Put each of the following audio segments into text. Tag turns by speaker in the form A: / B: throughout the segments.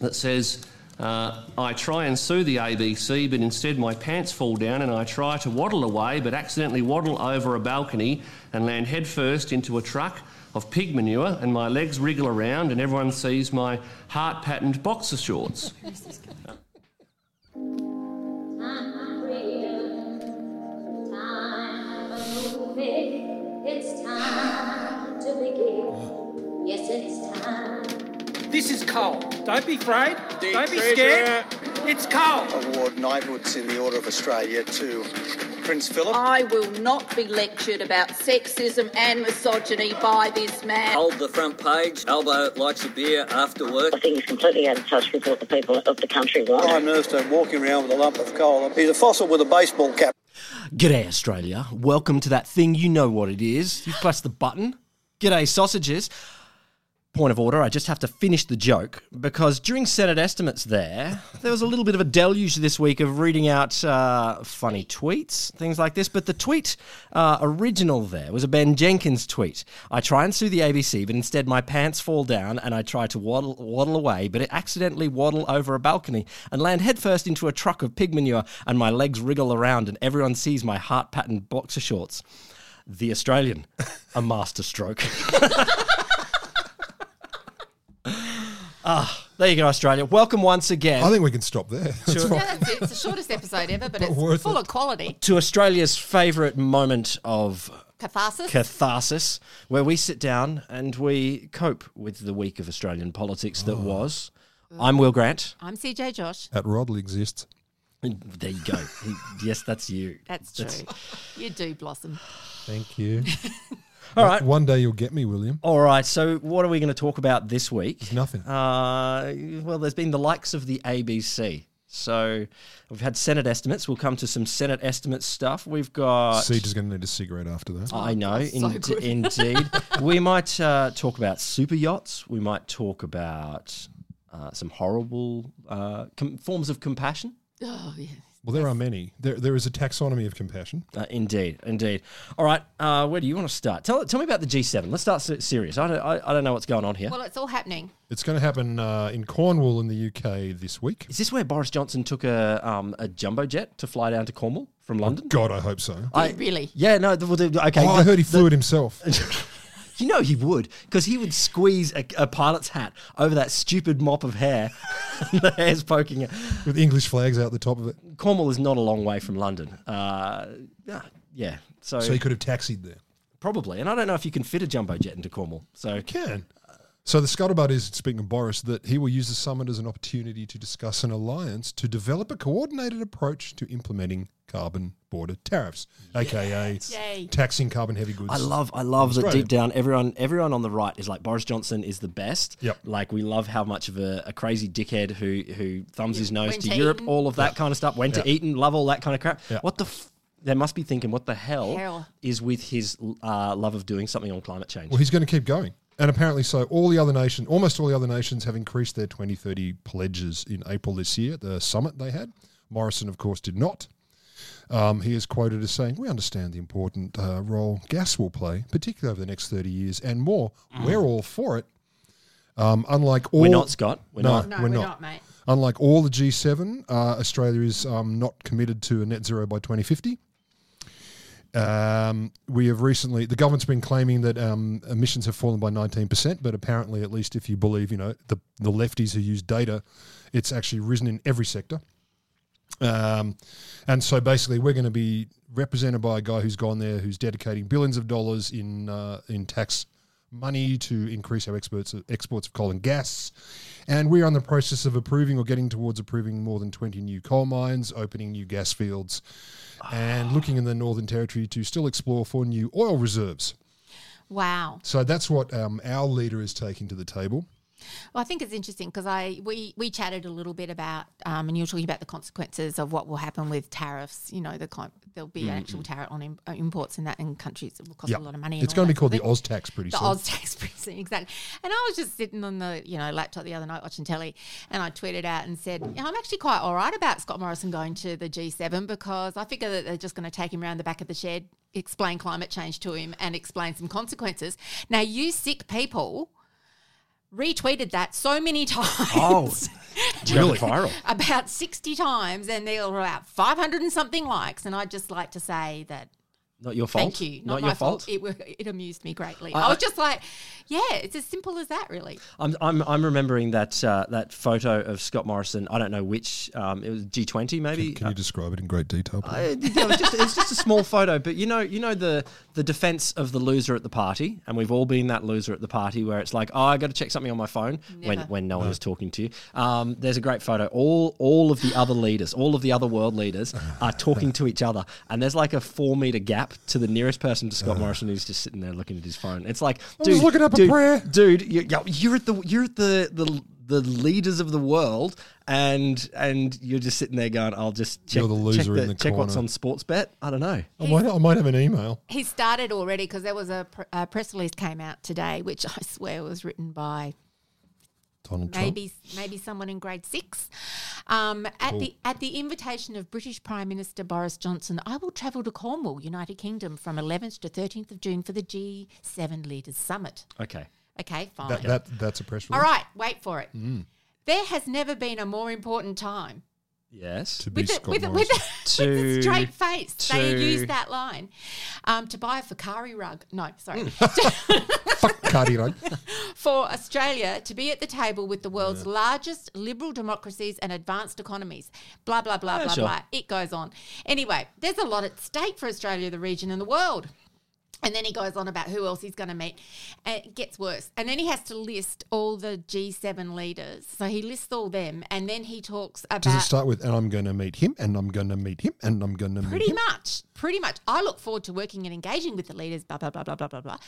A: that says, uh, I try and sue the ABC, but instead my pants fall down and I try to waddle away, but accidentally waddle over a balcony and land headfirst into a truck of pig manure, and my legs wriggle around, and everyone sees my heart patterned boxer shorts.
B: It's time to begin. Yes, it's time.
C: This is cold. Don't be afraid. Don't be scared. It's cold.
D: award knighthoods in the Order of Australia to Prince Philip.
E: I will not be lectured about sexism and misogyny by this man.
F: Oh.
G: Hold the front page. Elbow likes a beer after work.
H: I think he's completely out of touch with what the people of the country want.
D: Prime Minister walking around with a lump of coal. He's a fossil with a baseball cap.
I: G'day, Australia. Welcome to that thing. You know what it is. You press the button. G'day, sausages. Point of order, I just have to finish the joke because during Senate estimates, there, there was a little bit of a deluge this week of reading out uh, funny tweets, things like this. But the tweet uh, original there was a Ben Jenkins tweet. I try and sue the ABC, but instead my pants fall down and I try to waddle, waddle away, but it accidentally waddle over a balcony and land headfirst into a truck of pig manure, and my legs wriggle around, and everyone sees my heart patterned boxer shorts. The Australian, a masterstroke. Ah, There you go, Australia. Welcome once again
F: I think we can stop there. That's fine.
J: Yeah, that's it. It's the shortest episode ever, but it's
F: worth
J: full
F: it.
J: of quality.
I: to Australia's favourite moment of
J: Catharsis.
I: catharsis, where we sit down and we cope with the week of Australian politics that was. I'm Will Grant.
J: I'm CJ Josh.
F: Oh. That Rodley exists.
I: There you go. He- yes, that's you.
J: That's true. you do blossom.
F: Thank you.
I: All right.
F: One day you'll get me, William.
I: All right. So, what are we going to talk about this week?
F: Nothing.
I: Uh, well, there's been the likes of the ABC. So, we've had Senate estimates. We'll come to some Senate estimate stuff. We've got.
F: Siege is going to need a cigarette after that.
I: I know, ind- indeed. we might uh, talk about super yachts. We might talk about uh, some horrible uh, com- forms of compassion.
J: Oh, yeah.
F: Well, there are many. There, there is a taxonomy of compassion.
I: Uh, indeed, indeed. All right, uh, where do you want to start? Tell, tell me about the G7. Let's start se- serious. I don't, I, I don't know what's going on here. Is
J: Well, it's all happening.
F: It's going to happen uh, in Cornwall in the UK this week.
I: this where Boris Johnson took a, um, a jumbo jet to fly down to Cornwall from London?
F: Oh, God, I hope so.
I: I,
J: really?
I: Yeah, no. the- well, the- okay.
F: Oh, I
I: the-
F: heard he flew it himself.
I: You know he would, because he would squeeze a, a pilot's hat over that stupid mop of hair. the hair's poking out.
F: with English flags out the top of it.
I: Cornwall is not a long way from London. Uh, ah, yeah, so,
F: So he could have taxied there.
I: probably. And I don't know if you can fit a jumbo jet into Cornwall. So
F: Can. So the scuttlebutt is, speaking of Boris, that he will use the summit as an opportunity to discuss an alliance to develop a coordinated approach to implementing carbon border tariffs, aka
J: Yay.
F: taxing carbon heavy goods.
I: I love, I love that
F: Australia.
I: deep down, everyone, everyone on the right is like Boris Johnson is the best.
F: Yep.
I: Like we love how much of a, a crazy dickhead who who thumbs his nose
J: went
I: to
J: to
I: Europe,
J: Eton.
I: all of that kind of stuff. Went to Eton, love all that kind of crap.
F: Yeah.
I: What the. F- they must be thinking, what the hell,
J: Hell.
I: is with his uh, love of doing something on climate change?
F: Well, he's going to keep going. And apparently, so all the other nations, almost all the other nations, have increased their 2030 pledges in April this year, the summit they had. Morrison, of course, did not. Um, he is quoted as saying, We understand the important uh, role gas will play, particularly over the next 30 years and more. We're all for it. Um, unlike all.
I: We're not, Scott. We're
F: no,
I: not.
J: No,
F: we're,
J: we're
F: not.
J: not, mate.
F: Unlike all the G7, uh, Australia is um, not committed to a net zero by 2050. Um, we have recently, the government's been claiming that um, emissions have fallen by 19%, but apparently, at least if you believe, you know, the, the lefties who use data, it's actually risen in every sector. Um, and so basically, we're going to be represented by a guy who's gone there, who's dedicating billions of dollars in uh, in tax money to increase our exports exports of coal and gas. And we're on the process of approving or getting towards approving more than 20 new coal mines, opening new gas fields, and
J: Ah.
F: looking in the Northern Territory to still explore for new oil reserves.
J: Wow.
F: So that's what um, our leader is taking to the table.
J: Well, I think it's interesting because I we we chatted a little bit about, um, and you were talking about the consequences of what will happen with tariffs. You know, the con- there'll be an actual tariff on im- uh, imports and that in countries it will cost
F: Mm-hmm.
J: a
F: Yeah.
J: lot of money. and
F: It's
J: all
F: going to
J: that
F: be called
J: sort
F: the
J: of thing.
F: OzTax pretty
J: The
F: soon.
J: Oz tax prison, exactly. And I was just sitting on the you know laptop the other night watching telly, and I tweeted out and said, "Yeah, "I'm actually quite all right about Scott Morrison going to the G7 because I figure that they're just going to take him around the back of the shed, explain climate change to him, and explain some consequences." Now, you sick people retweeted that so many times.
I: Oh,
F: Really?
I: viral.
J: about 60 times and there were about 500 and something likes. And I'd just like to say that
I: Not your fault.
J: thank you. Not,
I: your
J: my fault. It, wa- it amused me greatly. I was just like, yeah, it's as simple as that, really.
I: I'm, I'm, I'm remembering that uh, that photo of Scott Morrison. I don't know which. Um, it was G20 maybe.
F: Can you describe it in great detail? please?
I: Uh, yeah, it was just, it's just a small photo, but you know, you know the the defense of the loser at the party, and we've all been that loser at the party where it's like, oh, I got to check something on my phone when
J: Never.
I: when no one is talking to you. Um, there's a great photo. All all of the other leaders, all of the other world leaders, are talking to each other, and there's like a four meter gap to the nearest person to Scott Morrison who's just sitting there looking at his phone. It's like,
F: Uh. was
I: dude,
F: looking up a
I: dude,
F: prayer.
I: dude. You, yeah, you're at the you're at the the. The leaders of the world, and and you're just sitting there going, "I'll just check,
F: You're the
I: check,
F: loser in the
I: check what's
F: corner.
I: on sports bet. I don't know.
F: I, might, I might have an email.
J: He started already because there was a, pr- a press release came out today, which I swear was written by
F: Donald Trump.
J: maybe maybe someone in grade six. Um, at the at the invitation of British Prime Minister Boris Johnson, I will travel to Cornwall, United Kingdom, from 11th to 13th of June for the G7 Leaders Summit.
I: Okay.
J: Okay, fine.
F: That, that, that's a press release.
J: All right, wait for it. There has never been a more important time.
I: Yes.
F: To be
J: With a-
F: Scott
J: with a- with
F: Morrison.
J: a- with a
I: To-
J: straight face, they
I: to-
J: used that line um, to buy a Fakari rug. No, sorry,
F: Fuck Cardi Rug.
J: for Australia to be at the table with the world's largest liberal democracies and advanced economies. Blah, blah, blah,
I: Yeah,
J: blah,
I: sure.
J: blah. It goes on. Anyway, there's a lot at stake for Australia, the region, and the world. And then he goes on about who else he's going to meet. And it gets worse. And then he has to list all the G7 leaders. So he lists all them. And then he talks about.
F: Does it start with, and I'm going to meet him, and I'm going to meet him, and I'm going to meet
J: Pretty
F: him?
J: much, pretty much. I look forward to working and engaging with the leaders, blah, blah, blah, blah, blah, blah, blah,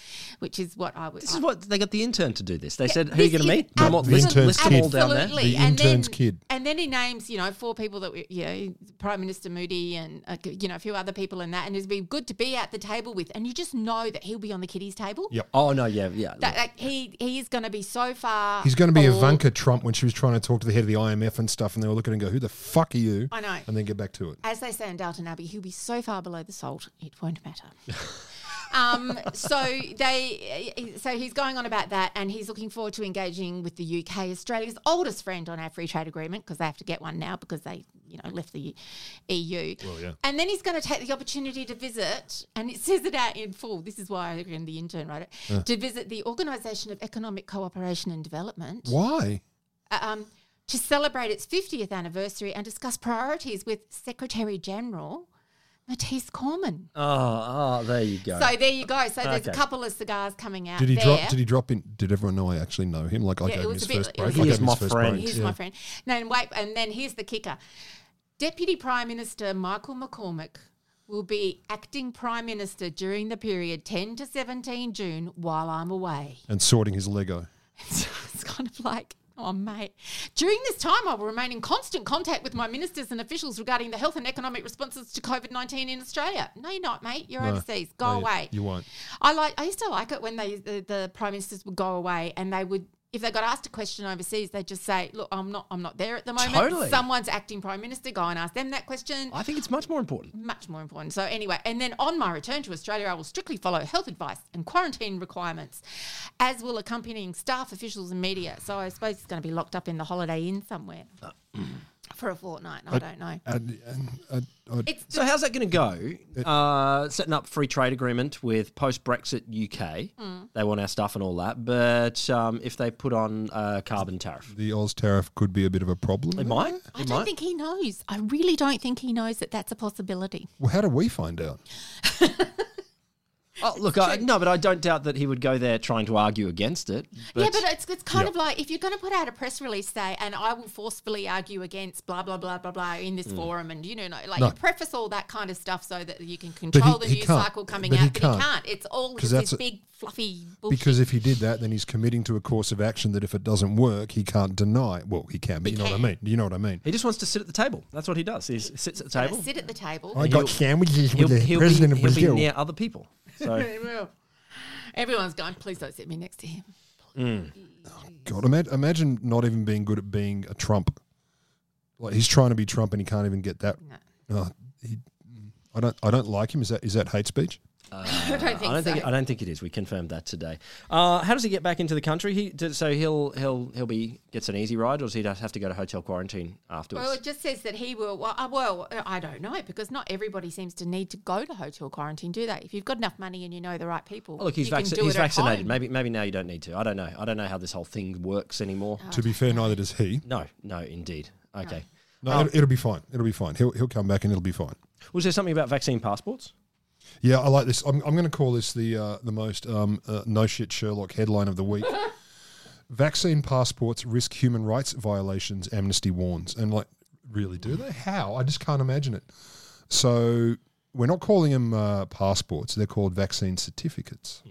J: which is what I would.
I: This is what they got the intern to do. This they said, "Who
J: This
I: you going
J: is
I: to meet? Come on,
F: The
I: list,
F: intern's
I: list them all down there."
J: absolutely.
F: The
J: and
F: intern's
J: then,
F: kid.
J: And then he names, you know, four people that we, you know, Prime Minister Moody and uh, you know a few other people and that, and it'd be good to be at the table with, and you just know that he'll be on the kiddies' table.
F: Yep.
I: Oh no, yeah, yeah.
J: That, like, he he is going to be so far.
F: He's going to be
J: forward.
F: Ivanka Trump when she was trying to talk to the head of the IMF and stuff, and they were looking and go, "Who the fuck are you?"
J: I know.
F: And then get back to it.
J: As they say in Downton Abbey, he'll be so far below the salt it won't matter. um, so they, so he's going on about that, and he's looking forward to engaging with the UK, Australia's oldest friend on our free trade agreement, because they have to get one now because they, you know, left the EU. Well,
F: yeah.
J: And then he's going to take the opportunity to visit, and it says it out in full. This is why again the intern wrote it to visit the Organisation of Economic Cooperation and Development
F: Why?
J: um, to celebrate its 50th anniversary and discuss priorities with Secretary General Matisse Cormann.
I: oh, oh, there you go.
J: So there you go. So there's a
I: Okay.
J: couple of cigars coming out
F: Did he
J: there.
F: drop? Did he drop in? Did everyone know I actually know him? Like I
J: Yeah, it
F: gave him
J: was
F: his
J: a bit-
F: first
J: it was
F: break. I
J: a
F: gave
I: bit-
F: him his
I: He's my
F: first
I: friend.
F: break.
J: Here's
F: Yeah.
J: my friend. No, and wait, and then here's the kicker. Deputy Prime Minister Michael McCormick will be acting Prime Minister during the period 10 to 17 June while I'm away.
F: And sorting his Lego.
J: So it's kind of like, oh, mate. During this time, I will remain in constant contact with my ministers and officials regarding the health and economic responses to COVID 19 in Australia. No, you're not, mate. You're
F: No.
J: overseas. Go
F: No, you-
J: away.
F: You won't.
J: I like. I used to like it when they the, the prime ministers would go away and they would. If they got asked a question overseas, they'd just say, "Look, I'm not. I'm not there at the moment.
I: Totally.
J: Someone's acting prime minister. Go and ask them that question."
I: I think it's much more important.
J: much more important. So anyway, and then on my return to Australia, I will strictly follow health advice and quarantine requirements, as will accompanying staff, officials, and media. So I suppose it's going to be locked up in the Holiday Inn somewhere
I: Uh,
J: for a fortnight. I don't know.
F: And, and, and, and-
J: It's
I: So how's that going to go? Uh, setting up free trade agreement with post Brexit UK.
J: Mm.
I: They want our stuff and all that, but um, if they put on a carbon tariff,
F: the Oz tariff could be a bit of a problem.
I: it might. It
J: Mm. I don't
I: might.
J: think he knows. I really don't think he knows that that's a possibility.
F: Well, how do we find out?
I: oh, look, I, no, but I don't doubt that he would go there trying to argue against it.
J: yeah, but it's, it's kind
I: yeah.
J: of like if you're going to put out a press release, say, and I will forcefully argue against blah, blah, blah, blah, blah in this forum, and you know, like
F: No.
J: you preface all that kind of stuff so that you can control the
F: he
J: news
F: can't.
J: cycle coming
F: But
J: out,
F: he
J: but
F: can't.
J: he can't. It's all
F: 'Cause
J: just
F: that's
J: this
F: a-
J: big, fluffy bullshit.
F: Because if he did that, then he's committing to a course of action that if it doesn't work, he can't deny. Well, he can, but you know what I
J: can.
F: mean. You know what I mean.
I: he just wants to sit at the table. That's what he does. He s- sits at the
J: Gonna
I: table.
J: sit at the table.
F: I got sandwiches
I: He'll,
F: with the
I: he'll
F: president
I: be,
F: of
I: he'll
F: Brazil.
I: be near other people. So
J: Everyone's going, please don't sit me next to him.
F: God, ima- imagine not even being good at being a Trump. Like he's trying to be Trump and he can't even get that.
J: No.
F: Oh, he, I don't. I don't like him. Is that is that hate speech?
J: I don't think
I: I don't
J: so.
I: think I don't think it is. We confirmed that today. Uh, how does he get back into the country? He d- so he'll he'll he'll be gets an easy ride, or does he just have to go to hotel quarantine afterwards?
J: Well, it just says that he will. Well, uh, well, uh, I don't know because not everybody seems to need to go to hotel quarantine, do they? If you've got enough money and you know the right people,
I: Oh, look, he's,
J: you can
I: vacci-
J: do
I: he's
J: it at
I: vaccinated.
J: home.
I: Maybe maybe now you don't need to. I don't know. I don't know how this whole thing works anymore.
J: Oh.
F: To be fair, neither does he.
I: Oh, No, Oh. no, indeed. Okay. Um,
F: No, it'll, it'll be fine. It'll be fine. He'll he'll come back and it'll be fine.
I: Was there something about vaccine passports?
F: Yeah, I like this. I'm, I'm going to call this the uh, the most um, uh, no shit Sherlock headline of the week. Vaccine passports risk human rights violations. Amnesty warns, and like, really, do they? How? I just can't imagine it. So we're not calling them uh, passports; they're called vaccine certificates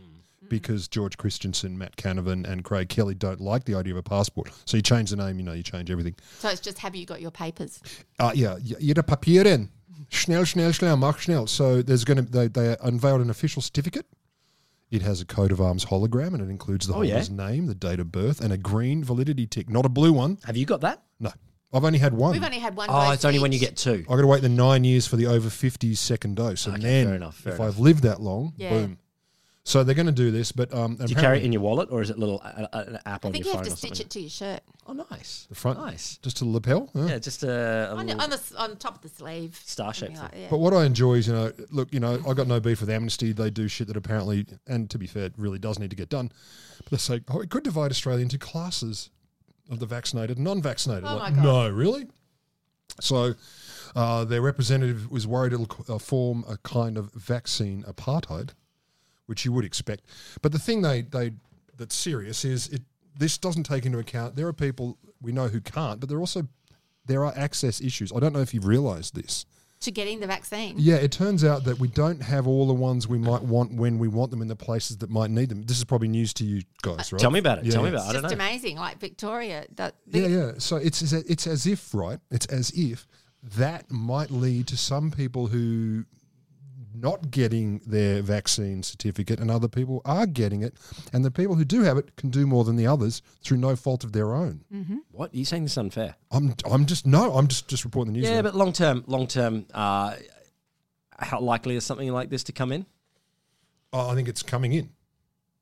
F: because George Christensen, Matt Canavan, and Craig Kelly don't like the idea of a passport. So you change the name, you know, you change everything.
J: So it's just have you got your papers?
F: Uh, yeah, y- ihre Papieren. Schnell, schnell, schnell, mach schnell. So there's going to they, they unveiled an official certificate. It has a coat of arms hologram and it includes the
I: Oh, yeah.
F: holder's name, the date of birth, and a green validity tick, not a blue one.
I: Have you got that?
F: No, I've only had one.
J: We've only had one.
I: Oh,
J: dose
I: it's only when you
J: each.
I: get two.
F: I got to wait the nine years for the over 50s second dose, and
I: Okay,
F: then
I: fair enough, fair
F: if
I: enough.
F: I've lived that long,
J: Yeah.
F: boom. So they're going to do this, but um,
I: Do you carry it in your wallet, or is it a little uh, uh, an app
J: I
I: on
J: think you
I: your phone
J: have to
I: or
J: stitch
I: something?
J: it to your shirt
I: Oh, nice.
F: the front,
I: Nice.
F: just to the lapel. huh?
I: Yeah, just a, a
J: on the,
I: little-
J: on the s- on top of the sleeve.
I: Star
J: something
I: shape
J: like- yeah.
F: But what I enjoy is, you know, look, you know, I got no beef with Amnesty. They do shit that apparently, and to be fair, it really does need to get done. But they say, oh, it could divide Australia into classes of the vaccinated and non-vaccinated.
J: Oh
F: like,
J: my God.
F: no, really. So, uh, their representative was worried it'll uh, form a kind of vaccine apartheid, which you would expect. But the thing they they that's serious is it. This doesn't take into account there are people we know who can't, but there are also there are access issues. I don't know if you've realised this.
J: to getting the vaccine.
F: Yeah, it turns out that we don't have all the ones we might want when we want them in the places that might need them. This is probably news to you guys, right?
I: Tell me about it. Tell me
F: Yeah.
I: about
J: It's
I: it. I don't
J: just
I: know.
J: amazing. Like Victoria, that the,
F: Yeah, yeah. So it's as- it's as if, right? It's as if that might lead to some people who not getting their vaccine certificate and other people are getting it and the people who do have it can do more than the others through no fault of their own
I: Mm. What? Are you saying this is unfair?
F: i'm i'm just no i'm just just reporting the news
I: Yeah,
F: man.
I: but long term, long term, uh, how likely is something like this to come in?
F: Oh, i think it's coming in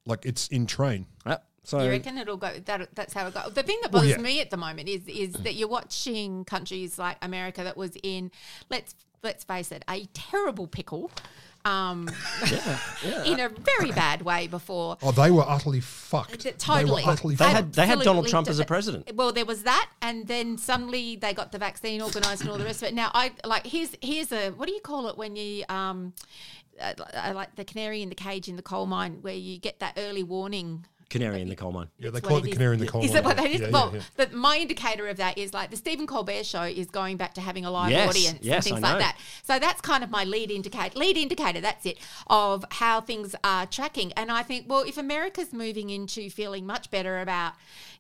F: like it's in train
I: Uh, so
J: You reckon it'll go? That, that's how it goes. The thing that
F: Well,
J: bothers
F: yeah.
J: me at the moment is is that you're watching countries like America that was in let's let's face it, a terrible pickle, um, in a very bad way before.
F: Oh, they were utterly fucked.
J: Th- Totally.
F: They were utterly
I: They
F: fucked.
I: had- they had Donald
J: Absolutely
I: Trump as a
J: de-
I: president.
J: Well, there was that, and then suddenly they got the vaccine organised and all the rest of it. Now, I like here's here's a what do you call it when you um, uh, uh, like the canary in the cage in the coal mine where you get that early warning
I: canary in the coal mine.
F: yeah, they
J: It's what
F: call it the
J: it is.
F: canary in the coal
J: Is
F: mine.
J: that what that is?
F: Yeah, yeah,
J: well,
F: yeah.
J: But my indicator of that is like the Stephen Colbert show is going back to having a live
I: Yes,
J: audience
I: yes,
J: and things
I: I know.
J: like that. So that's kind of my lead indicator. Lead indicator, that's it, of how things are tracking. And I think, well, if America's moving into feeling much better about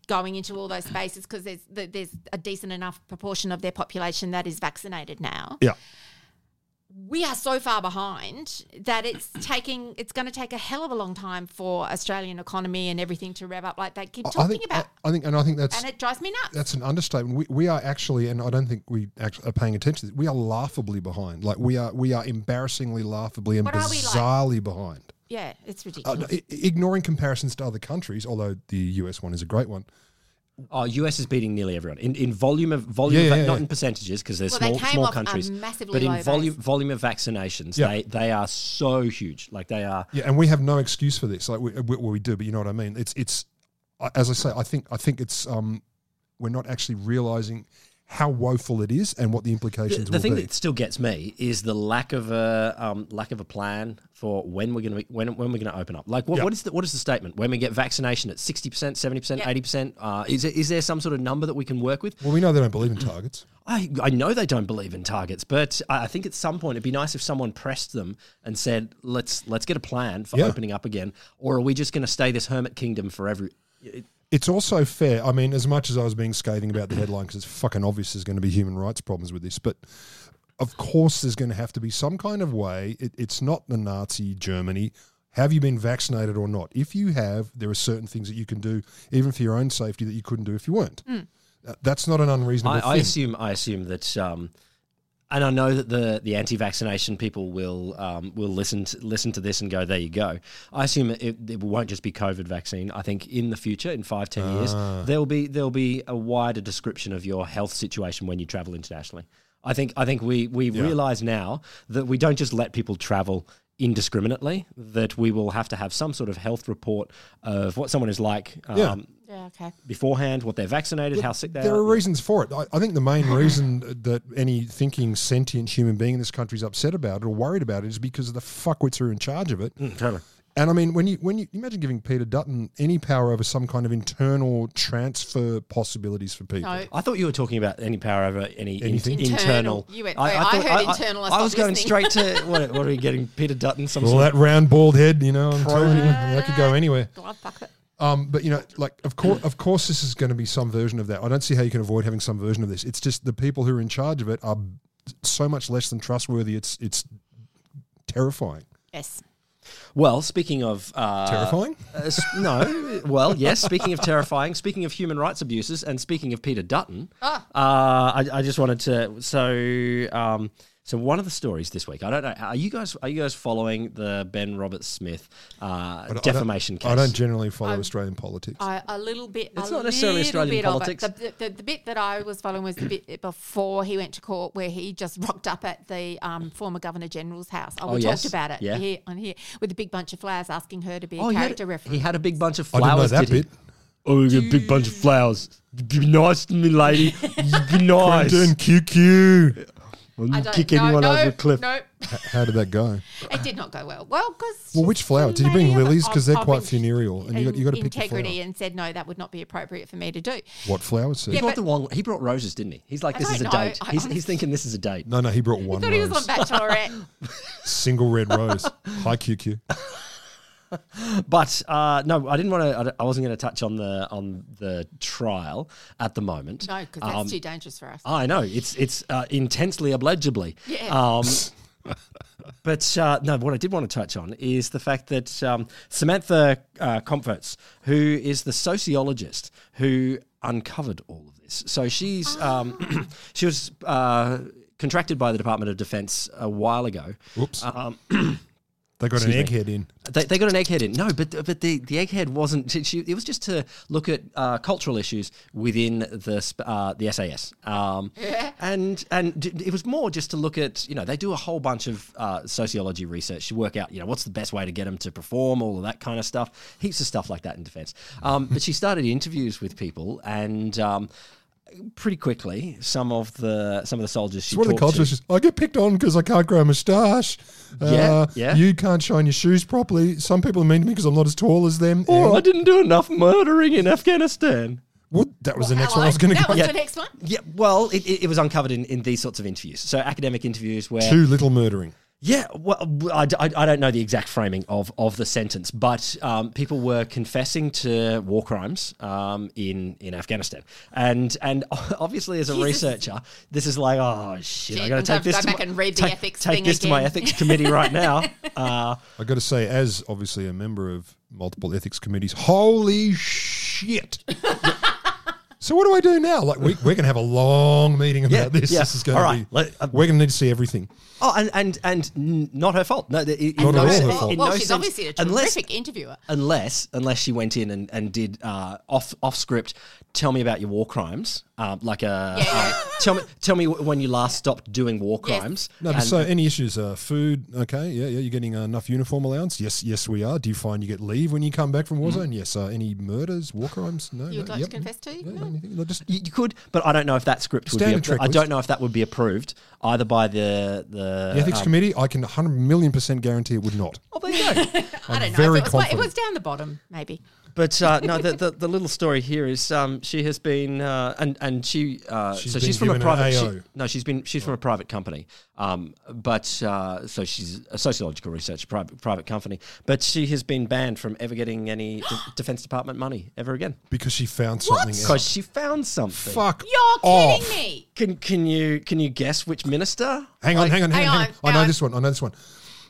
J: going into all those spaces because there's th- there's a decent enough proportion of their population that is vaccinated now
F: Yeah.
J: we are so far behind that it's taking it's going to take a hell of a long time for Australian economy and everything to rev up like they keep
F: I-
J: talking
F: I think,
J: about,
F: I, I think, and I think that's
J: and it drives me nuts.
F: that's an understatement. We, we are actually, and I don't think we actually are paying attention. to this, We are laughably behind. Like we are, we are embarrassingly laughably and
J: What are we like?
F: bizarrely behind.
J: Yeah, it's
F: Uh,
J: ridiculous.
F: no, i- ignoring comparisons to other countries, although the US one is a great one.
I: Oh, US is beating nearly everyone in, in volume of volume,
F: Yeah,
I: of,
F: yeah,
I: not
F: yeah.
I: in percentages because they're
J: Well, they
I: small
J: came
I: small
J: off a
I: countries,
J: massively
I: but in
J: low base.
I: volume volume of vaccinations,
F: Yeah.
I: they they are so huge. Like they are.
F: Yeah, and we have no excuse for this. Like we, we, well, we do, but you know what I mean. It's it's I- as I say. I think I think it's um we're not actually realizing how woeful it is and what the implications
I: The
F: will
I: thing
F: be.
I: that still gets me is the lack of a um, lack of a plan for when we're going to when when we're going to open up. Like what,
F: Yeah.
I: what is the what is the statement when we get vaccination at sixty percent, seventy percent,
J: Yeah.
I: eighty percent? uh, Is there- is there some sort of number that we can work with?
F: well, we know they don't believe in targets.
I: I, I know they don't believe in targets, but I I think at some point it'd be nice if someone pressed them and said, "Let's let's get a plan for
F: Yeah.
I: opening up again, or are we just going to stay this hermit kingdom forever?" It-
F: It's also fair. I mean, as much as I was being scathing about the headline, because it's fucking obvious there's going to be human rights problems with this, but of course there's going to have to be some kind of way. It, it's not the Nazi Germany. Have you been vaccinated or not? If you have, there are certain things that you can do, even for your own safety, that you couldn't do if you weren't. Th- That's not an unreasonable
I: Mm. I, I
F: thing.
I: assume I assume that um, And I know that the, the anti-vaccination people will um, will listen to, listen to this and go, there you go. I assume it, it won't just be COVID vaccine. I think in the future, in five ten
F: Ah.
I: years, there will be there will be a wider description of your health situation when you travel internationally. I think I think we we realize now that we don't just let people travel indiscriminately. That we will have to have some sort of health report of what someone is like. Um,
F: Yeah.
J: Yeah, okay.
I: Beforehand, what they're vaccinated, how sick they
F: there are
I: are
F: reasons for it. I, I think the main reason that any thinking sentient human being in this country is upset about it or worried about it is because of the fuckwits who are in charge of it.
I: totally.
F: And I mean, when you when you imagine giving Peter Dutton any power over some kind of internal transfer possibilities for people.
J: No.
I: I thought you were talking about any power over any in,
F: Anything.
I: internal.
J: Internal. You went- "Oh, I- I heard internal, I
I: I, was
J: stopped
I: going
J: listening.
I: straight to what, what are we getting? Peter Dutton, some
F: Well,
I: sort
F: that round bald head, you know, I'm telling you, that could go anywhere.
J: Glove bucket.
F: Um, but you know, like of course, of course, this is going to be some version of that. I don't see how you can avoid having some version of this. It's just the people who are in charge of it are so much less than trustworthy. It's it's terrifying.
J: Yes.
I: of- well, speaking of uh,
F: Terrifying.
I: uh, s- no, well, yes. Speaking of terrifying, speaking of human rights abuses, and speaking of Peter Dutton,
J: Ah.
I: uh, I, I just wanted to. So, um, so one of the stories this week. I don't know. Are you guys? Are you guys following the Ben Robert Smith uh,
F: I don't-
I: defamation
F: I
I: case?
F: don't, I don't generally follow Australian politics.
J: Um, I, a little bit.
I: It's
J: a
I: not necessarily
J: little
I: Australian
J: bit of it.
I: politics.
J: The, the, the bit that I was following was the bit before he went to court, where he just rocked up at the um, former Governor General's house. Oh, we
I: Oh, yes.
J: talked about it
I: Yeah.
J: here on here with a big bunch of flowers, asking her to be
I: Oh,
J: a
I: he had,
J: character reference.
I: he had a big bunch of
F: I didn't know
I: flowers.
F: that
I: did he?
F: bit.
I: Oh, you got a big bunch of flowers. Be nice to me, lady. Be nice.
F: Quentin QQ.
J: I don't-
I: kick anyone
J: no,
I: over a cliff.
J: No,
F: How did that go?
J: it did not go well. Well, because
F: Well, which flower? Did you bring lilies? Because they're quite funereal, and
J: And
F: you got you got to pick your flower.
J: integrity and said no, that would not be appropriate for me to do.
F: What flower? Sue?
I: He
J: Yeah, but-
I: brought the wrong. He brought roses, didn't he? He's like,
J: I
I: this is a
J: don't know.
I: date.
J: I
I: He's, he's
J: honestly-
I: thinking this is a date.
F: No, no, he brought one
J: Thought he was on
F: rose.
J: Bachelorette.
F: Single red rose. Hi QQ.
I: But uh, no, I didn't want to. I wasn't going to touch on the on the trial at the moment.
J: no, because that's too dangerous for us.
I: Um, I know it's it's uh, intensely obligibly.
J: Yeah.
I: Um, but uh, no, what I did want to touch on is the fact that um, Samantha uh, Comforts, who is the sociologist who uncovered all of this, so she's um, she was uh, contracted by the Department of Defense a while ago.
F: Oops.
I: Um,
F: they got an egghead in.
I: They, they got an egghead in. No, but but the, the egghead wasn't. She, it was just to look at uh, cultural issues within the sp- uh, the SAS. Um, And and d- it was more just to look at you know they do a whole bunch of uh, sociology research to work out you know what's the best way to get them to perform all of that kind of stuff. Heaps of stuff like that in defence. Um, but she started interviews with people and. Um, Pretty quickly, some of the some of the soldiers she
F: What are the
I: talked to-
F: cultures? Just, I get picked on because I can't grow a moustache. Uh,
I: Yeah, yeah.
F: You can't shine your shoes properly. Some people are mean to me because I'm not as tall as them.
I: Oh,
F: And-
I: I didn't do enough murdering in Afghanistan.
F: What? That was the next one
J: Hello?
F: I was going to
J: That
F: go.
J: was the next one.
I: Yeah, well, it, it, it was uncovered in, in these sorts of interviews. So academic interviews where,
F: Too little murdering.
I: yeah, well, I, d- I- I don't know the exact framing of, of the sentence, but um, people were confessing to war crimes um, in in Afghanistan, and and obviously as a
J: Jesus.
I: researcher, this is like, oh shit,
J: Shit,
I: I got
J: I'm
I: to
J: gonna
I: take this
J: go
I: to
J: back
I: my,
J: and read the
I: take,
J: ethics
I: take
J: thing
I: this to my
J: again.
I: ethics committee right now. Uh,
F: I got to say, as obviously a member of multiple ethics committees, holy shit. so what do I do now? Like we, we're going to have a long meeting about
I: Yeah,
F: this.
I: yeah.
F: This is going
I: All
F: to
I: right,
F: be.
I: let- uh,
F: we're going to need to see everything.
I: oh, and and and n- not her fault. No, th- in,
F: Not at
I: no
F: all her
I: sense-
F: fault.
I: in
J: Well,
I: no
J: she's
I: sense-
J: obviously a
I: unless-
J: terrific interviewer.
I: unless unless she went in and, and did uh, off off script. Tell me about your war crimes, um, like a
J: Yeah, yeah.
I: um, tell me tell me when you last stopped doing war crimes.
F: No, but so any issues? Uh, food, okay, yeah, yeah. You're getting uh, enough uniform allowance? Yes, yes, we are. Do you find you get leave when you come back from war
I: Mm-hmm.
F: zone? Yes. Uh, any murders, war crimes? No.
J: You would like
F: no,
J: to
F: yep.
J: confess to?
F: No,
J: No.
F: anything. No, just
I: You, you could, but I don't know if that script would
F: Standard
I: be. appro- I
F: checklist.
I: don't know if that would be approved either by the the.
F: The ethics committee, I can 100 million percent guarantee it would not.
I: Oh, there you go.
J: I don't know.
F: very
J: it, was, well, it
F: confident.
J: was down the bottom, maybe.
I: But uh, no, the, the the little story here is um, she has been uh, and and she uh,
F: She's
I: so
F: been
I: she's from a
F: given an
I: private
F: AO.
I: she- no she's been she's from a private company um, but uh, so she's a sociological research private private company but she has been banned from ever getting any de- defense department money ever again
F: Because she found something
I: because
F: else.
I: she found something.
F: Fuck.
J: You're
F: off.
J: kidding me.
I: Can can you can you guess which minister?
F: Hang on, hang
J: hang
F: on, hang on,
J: on,
F: hang on. I
J: hang
F: know
J: on.
F: this one. I know this one.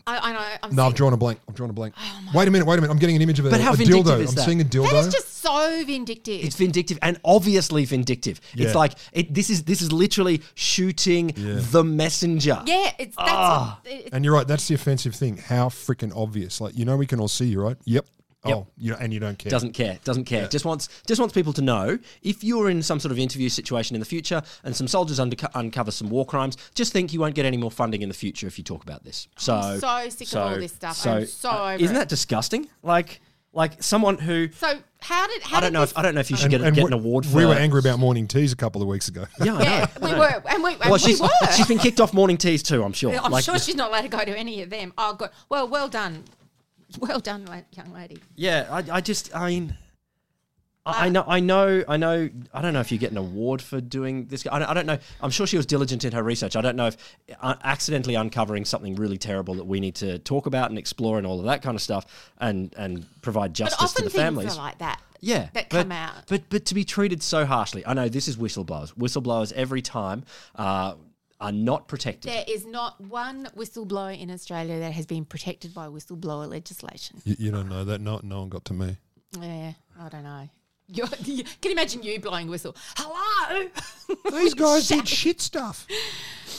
J: I, I know. I'm
F: No, I've
J: sick.
F: drawn a blank. I've drawn a blank. wait a minute, wait a minute. I'm getting an image of a,
I: But how
F: a
I: vindictive
F: dildo.
I: is
F: I'm
I: that?
F: seeing a dildo.
J: Oh That is just so vindictive.
I: It's vindictive and obviously vindictive.
F: Yeah.
I: It's like it, this is this is literally shooting the messenger.
J: yeah, it's that's
I: Ah.
J: what, it- it's-
F: And you're right. That's the offensive thing. How freaking obvious. Like you know, we can all see you, right? Yep.
I: Yep.
F: Oh, you know, and you don't care.
I: Doesn't care. Doesn't care. Just wants just wants people to know if you're in some sort of interview situation in the future, and some soldiers underco- uncover some war crimes. Just think you won't get any more funding in the future if you talk about this. So uh,
J: so sick of all this stuff. I'm so over
I: isn't
J: it.
I: that disgusting? Like like someone who
J: so how did how
I: I don't
J: did
I: know
J: this,
I: if I don't know if you should get, get
F: we-
I: an award for.
F: We were angry about morning teas a couple of weeks ago.
I: Yeah, I
J: Yeah,
I: know.
J: we were, and we, and
I: Well,
J: we
I: she's,
J: were.
I: she's been kicked off morning teas too. I'm sure.
J: I'm
I: Like,
J: sure she's not allowed to go to any of them. Oh, good. Well, well done, well done, la- young lady.
I: Yeah, I, I just, I mean,
J: Uh,
I: I, I know, I know, I know. I don't know if you get an award for doing this. I don't, I don't know. I'm sure she was diligent in her research. I don't know if uh, accidentally uncovering something really terrible that we need to talk about and explore and all of that kind of stuff, and and provide
J: But
I: justice to
J: often
I: the
J: things
I: families.
J: are like that.
I: yeah,
J: that
I: but,
J: come out.
I: But but to be treated so harshly, I know this is whistleblowers. Whistleblowers every time uh, are not protected.
J: There is not one whistleblower in Australia that has been protected by whistleblower legislation.
F: you, you don't know that. No, no one got to me.
J: Yeah, I don't know. You're, you, can you imagine you blowing a whistle? Hello.
F: These guys did shit stuff.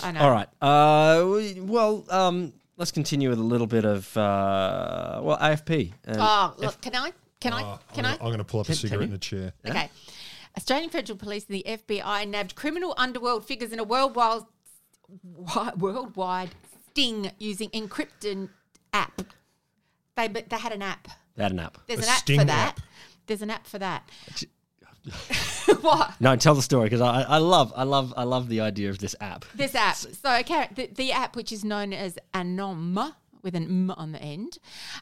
J: I know.
I: All right. Uh, we- well, um, let's continue with a little bit of uh, well AFP. And
J: Oh, look, can I? Can I? Can
F: Oh,
J: Oh,
F: I'm
J: I?
F: gonna- I'm going to pull up a
I: can
F: cigarette
I: you?
F: in a chair.
J: Okay. Australian Federal Police and the FBI nabbed criminal underworld figures in a worldwide, wi- worldwide sting using encrypted app. They but they had an app.
I: That and up.
J: There's
F: A
J: an app
F: sting
J: for that.
F: app.
J: There's an app for that. what?
I: No, tell the story because I, I love, I love, I love the idea of this app.
J: This app. So okay, the, the app which is known as Anom with an m on the end,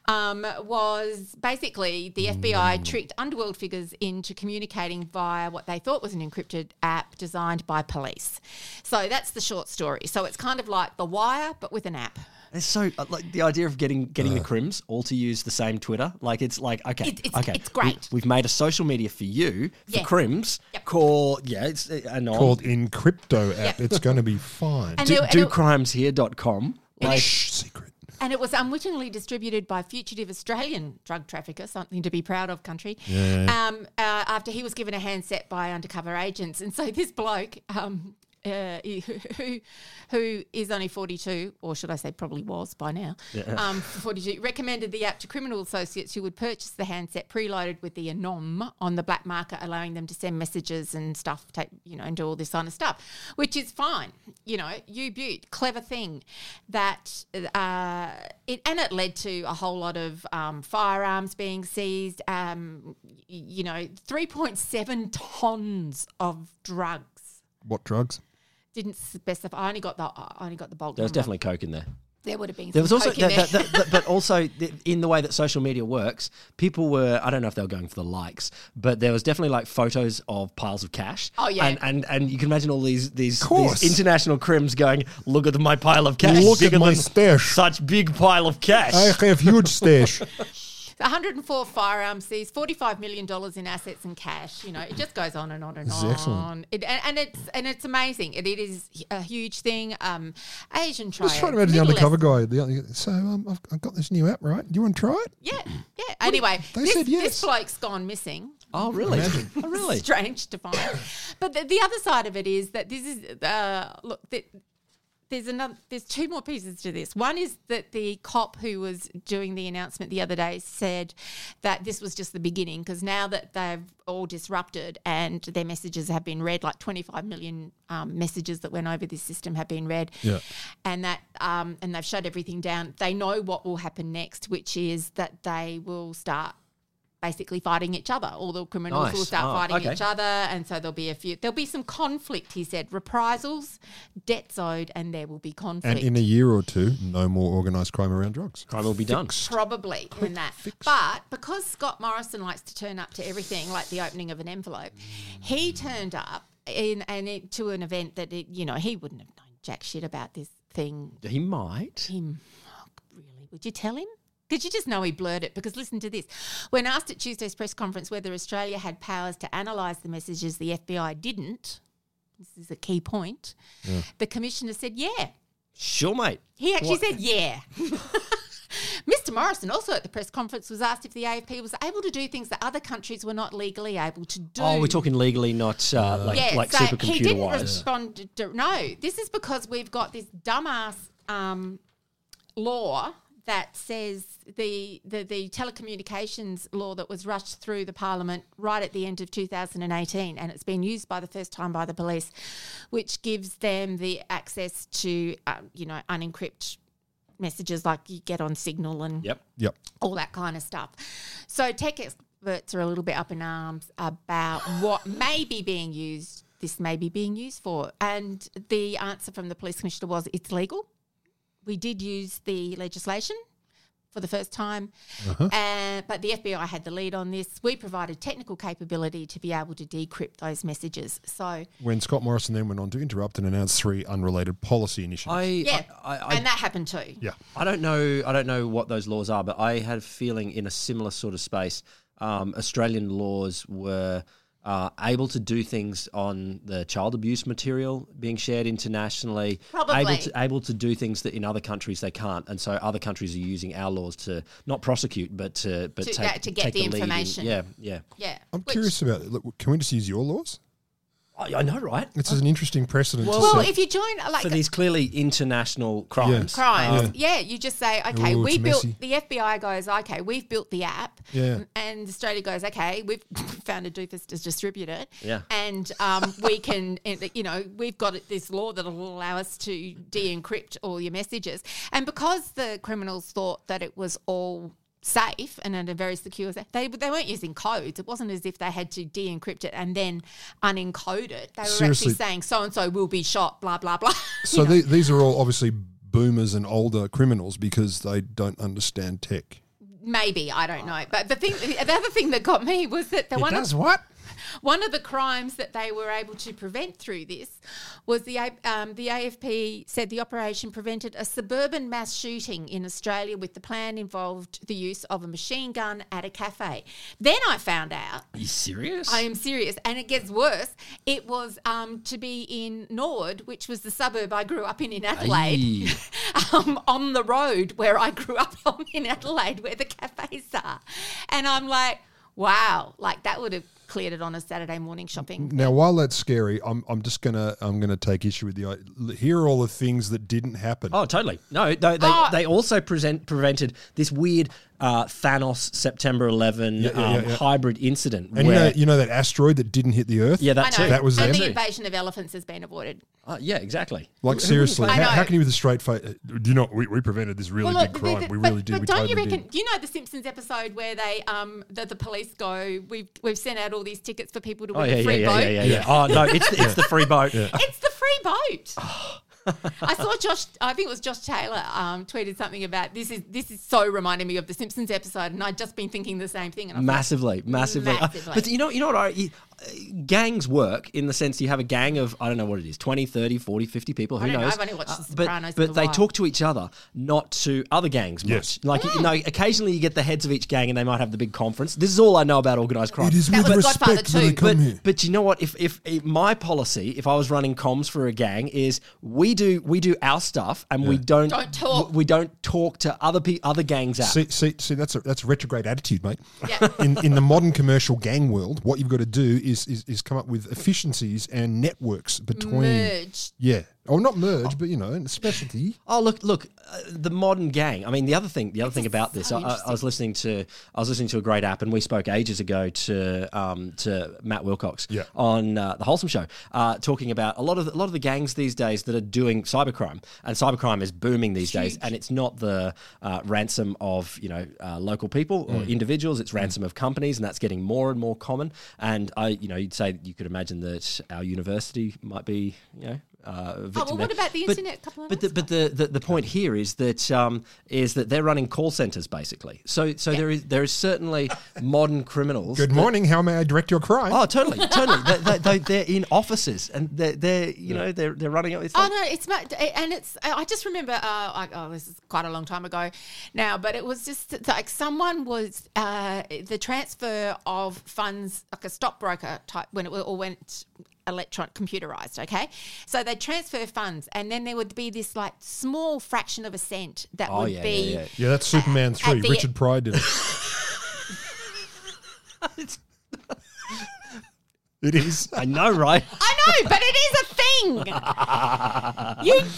J: um, was basically the FBI tricked underworld figures into communicating via what they thought was an encrypted app designed by police. So that's the short story. So it's kind of like The Wire, but with an app.
I: It's so I like the idea of getting getting the crims all to use the same Twitter. Like it's like okay,
J: It- it's-
I: okay,
J: it's great.
I: We, have made a social media for you for
J: Yeah.
I: crims.
J: Yep.
I: Called yeah, it's uh, anon.
F: Called in crypto app. It's going to be fine.
J: And
I: do,
J: there- and there-
I: docrimeshere.com. Like
F: Shh, secret.
J: And it was unwittingly distributed by fugitive Australian drug trafficker, something to be proud of, country. Um, uh, after he was given a handset by undercover agents, and so this bloke, um, uh, who who is only forty two, or should I say, probably was by now, um, forty two, recommended the app to criminal associates who would purchase the handset preloaded with the anom on the black market, allowing them to send messages and stuff, take, you know, and do all this kind of stuff, which is fine. You know, you beaut, clever thing that uh, it, and it led to a whole lot of um, firearms being seized. Um, y- you know, three point seven tons of drugs.
F: What drugs?
J: Didn't specify. I only got the I only got the bulk.
I: there was
J: number.
I: definitely coke in there.
J: there would have been.
I: There was also,
J: coke in
I: that-
J: there.
I: that- that- but also th- in the way that social media works, people were, I don't know if they were going for the likes, but there was definitely like photos of piles of cash.
J: Oh, yeah.
I: And, and, and you can imagine all these, these,
F: course.
I: these international crims going, look at my pile of cash.
F: Look at
I: bigger
F: my
I: than
F: stash."
I: Such big pile of cash.
F: I have huge stash.
J: 104 firearms seized, 45 million dollars in assets and cash. You know, it just goes on and on and
F: This is
J: on.
F: excellent.
J: It, and, and it's and it's amazing. It, it is a huge thing. Um, Asian triad.
F: Just trying to imagine the
J: Middle
F: undercover
J: East-
F: guy. The, under- so um, I've, I've got this new app, right? Do you want to try it?
J: Yeah, yeah. Anyway,
F: They
J: this,
F: said yes.
J: this bloke's gone missing.
I: oh, really?
F: Imagine.
I: Oh, really?
J: strange to find. but the, the other side of it is that this is uh, look. Th- there's another. There's two more pieces to this. One is that the cop who was doing the announcement the other day said that this was just the beginning because now that they've all disrupted and their messages have been read, like 25 million um, messages that went over this system have been read,
F: Yeah.
J: and that um, and they've shut everything down. They know what will happen next, which is that they will start basically fighting each other. All the criminals will
I: Nice.
J: start
I: Oh,
J: fighting
I: okay.
J: each other, and so there'll be a few. There'll be some conflict, he said. Reprisals, debts owed, and there will be conflict.
F: And in a year or two, no more organised crime around drugs.
I: Crime will be done.
J: Probably than that. But because Scott Morrison likes to turn up to everything, like the opening of an envelope, he turned up in and it, to an event that it, you know he wouldn't have known jack shit about this thing.
I: He might.
J: Him, Oh, really? Would you tell him? Because you just know he blurred it. Because listen to this. When asked at Tuesday's press conference whether Australia had powers to analyse the messages the FBI didn't, this is a key point, the commissioner said, yeah.
I: Sure, mate.
J: He actually said, yeah. Mr. Morrison, also at the press conference, was asked if the AFP was able to do things that other countries were not legally able to do.
I: Oh, we're talking legally, not uh, like,
J: yeah,
I: like
J: so he
I: supercomputer
J: didn't
I: wise.
J: respond. To, to- no, this is because we've got this dumbass um, law that says the, the the telecommunications law that was rushed through the parliament right at the end of 2018, and it's been used by the first time by the police, which gives them the access to um, you know unencrypted messages like you get on Signal and
I: Yep.
F: Yep.
J: all that kind of stuff. So tech experts are a little bit up in arms about what may be being used. This may be being used for, and the answer from the police commissioner was it's legal. We did use the legislation for the first time,
F: Uh-huh.
J: uh, but the FBI had the lead on this. We provided technical capability to be able to decrypt those messages. So
F: When Scott Morrison then went on to interrupt and announce three unrelated policy initiatives.
I: I,
J: yeah,
I: I, I,
J: and that happened too.
F: yeah.
I: I don't know. I don't know what those laws are, but I had a feeling in a similar sort of space, um, Australian laws were uh, able to do things on the child abuse material being shared internationally.
J: Probably.
I: able to able to do things that in other countries they can't, and so other countries are using our laws to not prosecute, but to but
J: To-
I: take,
J: uh, to get
I: take
J: the
I: lead in-
J: information.
I: Yeah, yeah.
J: Yeah,
F: I'm
J: Which-
F: curious about it. Look, can we just use your laws?
I: I, I know, right?
F: It's an interesting precedent. to
J: Uh, Well,
F: set.
J: if you join, like,
I: For these clearly international crimes.
J: crimes. yeah. you just say, okay,
F: Ooh,
J: we
F: Oh, it's
J: built
F: messy.
J: the FBI goes, okay, we've built the app,
F: Yeah.
J: and Australia goes, okay, we've found a doofus to distribute it,
I: Yeah.
J: and um, we can, and, you know, we've got this law that will allow us to de-encrypt all your messages, and because the criminals thought that it was all. Safe and in a very secure. They they weren't using codes. It wasn't as if they had to de-encrypt it and then unencode it. They were
F: Seriously.
J: actually saying so and so will be shot. Blah blah blah.
F: So the, these are all obviously boomers and older criminals because they don't understand tech.
J: Maybe I don't know, but the thing, the other thing that got me was that the one of,
F: what?
J: one of the crimes that they were able to prevent through this was the A- um, the AFP said the operation prevented a suburban mass shooting in Australia with the plan involved the use of a machine gun at a cafe. Then I found out
I: Are you serious?
J: I am serious, and it gets worse. It was um, to be in Nord, which was the suburb I grew up in in Adelaide, um, on the road where I grew up on in Adelaide, where the cafes are. And I'm like, wow, like that would have cleared it on a Saturday morning shopping.
F: Now, while that's scary, I'm, I'm just gonna I'm gonna take issue with the. I- Here are all the things that didn't happen.
I: Oh, totally. No, they, they,
J: Oh.
I: they also present, prevented this weird uh, Thanos September 11
F: yeah,
I: um,
F: yeah, yeah.
I: hybrid incident.
F: and you
I: where,
F: know, you know that asteroid that didn't hit the Earth.
I: yeah,
J: I
I: that
J: know.
I: too.
F: That was
J: and
F: them.
J: the invasion of elephants has been avoided.
I: Uh, yeah, exactly.
F: Like seriously,
J: I
F: how, how
J: know.
F: can you with a straight face? uh, Do you know we, we prevented this really
J: Well, look,
F: big crime?
J: the- the-
F: we
J: but,
F: really did.
J: But
F: we
J: don't
F: totally
J: you reckon?
F: Did.
J: Do you know the Simpsons episode where they um the, the police go, we've we've sent out all these tickets for people to
I: Oh,
J: win
I: yeah,
J: a
I: yeah,
J: free
I: yeah,
J: boat?
I: yeah, yeah, yeah. Oh, no, it's, it's the free boat.
J: It's the free boat. I saw Josh. I think it was Josh Taylor um, tweeted something about this. Is this is so reminding me of the Simpsons episode, and I'd just been thinking the same thing. And I was
I: Massively, massively. Uh,
J: Massively.
I: But you know, you know what? I, you- uh, gangs work in the sense you have a gang of, I don't know what it is, 20, 30, 40, 50 people. Who
J: I don't know,
I: knows? Uh,
J: I've only watched The
I: but-
J: Sopranos for
I: But,
J: a
I: they
J: while.
I: talk to each other, not to other gangs
F: Yes.
I: much. Like, you know, occasionally you get the heads of each gang and they might have the big conference. This is all I know about organised crime.
F: It is
J: That
F: with
J: was Godfather
F: respect that I
J: too,
F: come
I: but,
F: here.
I: But you know what? If, if if my policy, if I was running comms for a gang, is we do we do our stuff and we don't
J: Don't talk.
I: We don't talk to other pe- other gangs out.
F: See, see, see, that's a that's a retrograde attitude, mate.
J: Yeah.
F: In in the modern commercial gang world, what you've got to do is is, is come up with efficiencies and networks between.
J: like, merged.
F: Yeah, or not merge, but you know, specialty.
I: Oh look, look, uh, the modern gang. I mean, the other thing, the other thing about this,
J: so
I: I, I- I was listening to, I was listening to a great app, and we spoke ages ago to um, to Matt Wilcox
F: Yeah.
I: on uh, the Wholesome Show, uh, talking about a lot of the, a lot of the gangs these days that are doing cybercrime, and cybercrime is booming these days, and it's not the uh, ransom of you know uh, local people or individuals, it's ransom of companies, and that's getting more and more common. And I, you know, you'd say you could imagine that our university might be, you know. Uh, a victim
J: Oh, what
I: there.
J: about the
I: But-
J: internet couple of
I: but
J: nights
I: the, but the, the, the point here is that um, is that they're running call centers basically. So so there is there is certainly modern criminals.
F: Good morning. How may I direct your crime?
I: Oh, totally, totally. they, they, they, they're in offices and they're, they're you know they're they're running it. It's
J: Oh
I: like-
J: no, it's mu- and it's. I I just remember. Uh, I, oh, this is quite a long time ago now, but it was just that, like someone was uh, the transfer of funds, like a stockbroker type, when it or went electron computerized okay so they transfer funds and then there would be this like small fraction of a cent that
I: Oh,
J: would
I: yeah,
J: be
I: yeah, yeah.
F: Yeah, that's Superman
J: at
F: 3.
J: the-
F: Richard Pryor did it. it is.
I: I know, right?
J: I know, but it is a thing. you.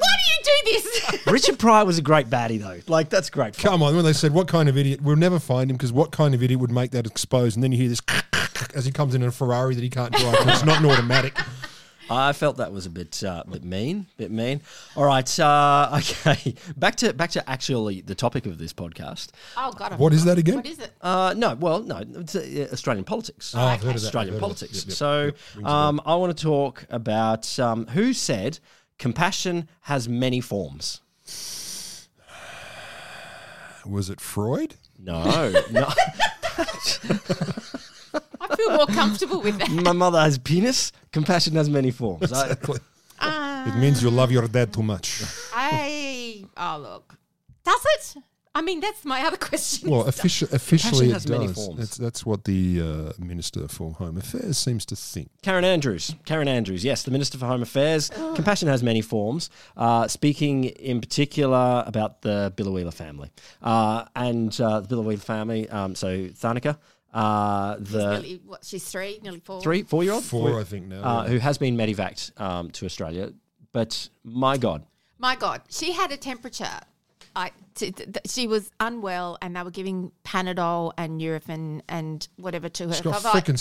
J: Why do you do this?
I: Richard Pryor was a great baddie, though. Like, that's great. fun.
F: Come on, when they said, what kind of idiot? We'll never find him because what kind of idiot would make that exposed? And then you hear this as he comes in in a Ferrari that he can't drive. 'cause it's not an automatic.
I: I felt that was a bit, uh, bit mean, bit mean. All right, uh, okay. Back to back to actually the topic of this podcast.
J: Oh God! I've
F: What is that again?
J: What is it?
I: Uh, no, well, no, it's, uh, Australian politics.
F: Oh, I've heard of that.
I: Australian
F: I've heard of that.
I: politics.
F: Yep, yep,
I: so
F: yep. Rings a bell.
I: um, I want to talk about um, who said compassion has many forms.
F: Was it Freud?
I: No, no.
J: I feel more comfortable with that.
I: my mother has penis. Compassion has many forms. I-
F: It means you love your dad too much.
J: I oh look, does it? I mean, that's my other question.
F: Well, offici- officially, it
I: has many
F: does.
I: forms.
F: That's, that's what the uh, Minister for Home Affairs seems to think.
I: Karen Andrews. Karen Andrews, yes, the Minister for Home Affairs. Compassion has many forms, uh, speaking in particular about the Billowheeler family. Uh, and uh, the Billowheeler family, um, so Thanika, uh, the
J: Nearly, what, she's three, nearly four.
I: three, four year old?
F: Four, I think now.
I: uh, who has been medevaced um, to Australia. But my God,
J: My God, she had a temperature. I, t- th- th- she was unwell, and they were giving Panadol and Nurofen and whatever to her
F: She's got
J: for like
F: frickin'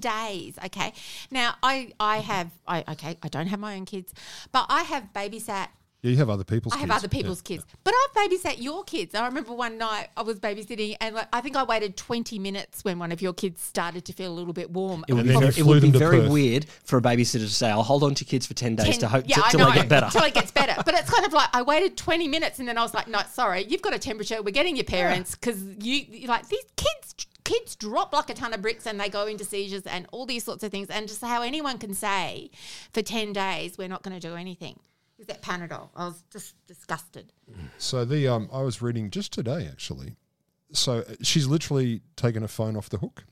J: ten days. Okay, now I, I have, I okay, I don't have my own kids, but I have babysat
F: yeah, you have other people's
J: I have
F: kids.
J: other people's kids, but I've babysat your kids. I remember one night I was babysitting, and like, I think I waited twenty minutes when one of your kids started to feel a little bit warm.
I: it would
F: And
I: be
F: then
I: very,
F: you
I: it
F: flew
I: would be
F: them to
I: very
F: Perth.
I: weird for a babysitter to say, "I'll hold on to kids for ten days
J: Ten-
I: to hope
J: yeah,
I: till-
J: I
I: till they
J: know,
I: get better."
J: Till it gets better. But it's kind of like I waited 20 minutes and then I was like, no, sorry, you've got a temperature. We're getting your parents because you like these kids. Kids drop like a ton of bricks and they go into seizures and all these sorts of things. And just how anyone can say for 10 days, we're not going to do anything. Is that Panadol? I was just disgusted.
F: So the um, I was reading just today actually. So uh, she's literally taken her phone off the hook,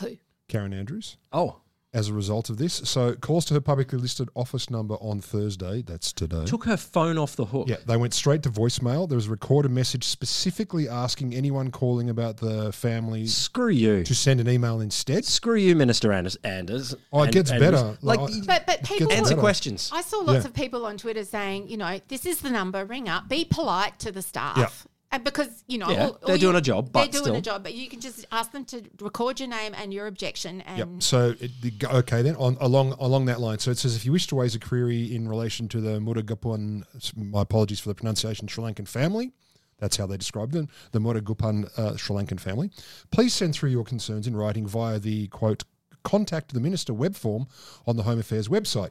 J: Who?
F: Karen Andrews,
I: oh,
F: as a result of this. So calls to her publicly listed office number on Thursday. That's today.
I: took her phone off the hook.
F: yeah, they went straight to voicemail. There was a recorded message specifically asking anyone calling about the family
I: Screw you.
F: to send an email instead.
I: Screw you, Minister Anders. Anders.
F: Oh, it
I: And-
F: gets
I: Anders.
F: better.
I: Like,
F: Like, I-
J: But but people
F: gets
I: answer
F: better.
I: questions.
J: I saw lots
F: Yeah.
J: of people on Twitter saying, you know, this is the number, ring up, be polite to the staff.
F: Yeah.
J: And because, you know,
I: Yeah, they're doing a job,
J: They're
I: but
J: doing
I: still.
J: a job, but you can just ask them to record your name and your objection.
F: Yep.
J: And
F: So it, the, okay then on along along that line. So it says if you wish to raise a query in relation to the Murugapun, my apologies for the pronunciation, Sri Lankan family. That's how they described them, the Murugapun uh, Sri Lankan family. Please send through your concerns in writing via the quote contact the minister web form on the Home Affairs website.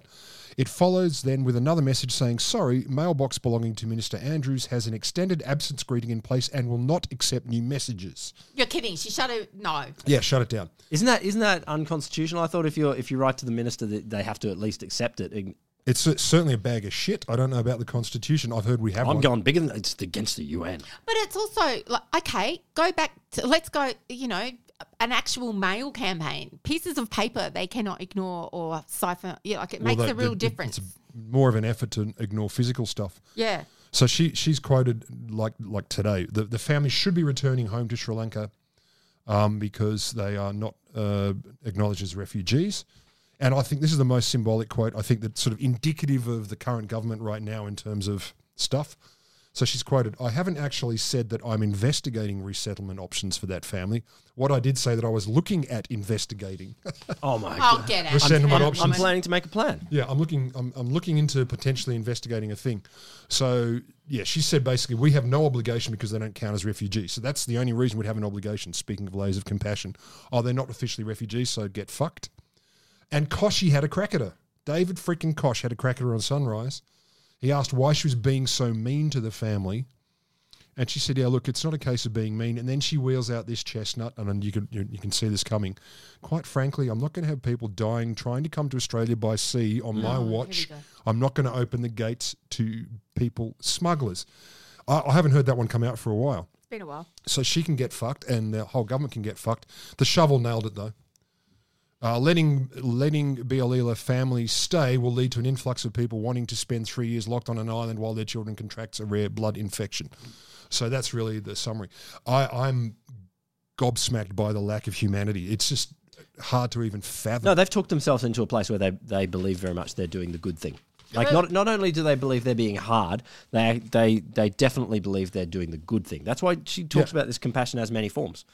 F: It follows then with another message saying, "Sorry, mailbox belonging to Minister Andrews has an extended absence greeting in place and will not accept new messages."
J: you're kidding. She shut her. No.
F: Yeah, shut it down.
I: Isn't that isn't that unconstitutional? I thought if you if you write to the minister, that they have to at least accept it. Ign-
F: It's cer- certainly a bag of shit. I don't know about the Constitution. I've heard we have
I: I'm
F: one.
I: going bigger than it's against the UN.
J: But it's also like, okay, go back to, let's go, you know, an actual mail campaign. Pieces of paper they cannot ignore or cipher. Yeah, like it
F: Well,
J: makes
F: the-
J: a real
F: the-
J: difference.
F: It's more of an effort to ignore physical stuff.
J: yeah.
F: So she she's quoted like like today. The the family should be returning home to Sri Lanka, um, because they are not uh, acknowledged as refugees. And I think this is the most symbolic quote. I think that's sort of indicative of the current government right now in terms of stuff. So she's quoted, I haven't actually said that I'm investigating resettlement options for that family. What I did say that I was looking at investigating.
I: Oh my
J: I'll get out.
F: sending one
J: Out,
F: option.
I: I'm
J: woman.
I: planning to make a plan.
F: Yeah, I'm looking. I'm, I'm looking into potentially investigating a thing. So yeah, she said basically we have no obligation because they don't count as refugees. So that's the only reason we'd have an obligation. Speaking of layers of compassion, oh, they're not officially refugees, so get fucked. And Koshy had a crack at her. David freaking Kosh had a crack at her on Sunrise. He asked why she was being so mean to the family. And she said, "Yeah, look, it's not a case of being mean." And then she wheels out this chestnut, and then you can you, you can see this coming. Quite frankly, I'm not going to have people dying trying to come to Australia by sea on my watch. I'm not going to open the gates to people smugglers. I, I haven't heard that one come out for a while.
J: It's been a while.
F: So she can get fucked, and the whole government can get fucked. The shovel nailed it though. Uh, letting letting Bialila families stay will lead to an influx of people wanting to spend three years locked on an island while their children contracts a rare blood infection. So that's really the summary. I, I'm gobsmacked by the lack of humanity. It's just hard to even fathom.
I: No, they've talked themselves into a place where they, they believe very much they're doing the good thing. Like not not only do they believe they're being hard, they they they definitely believe they're doing the good thing. That's why she talks about this compassion has many forms.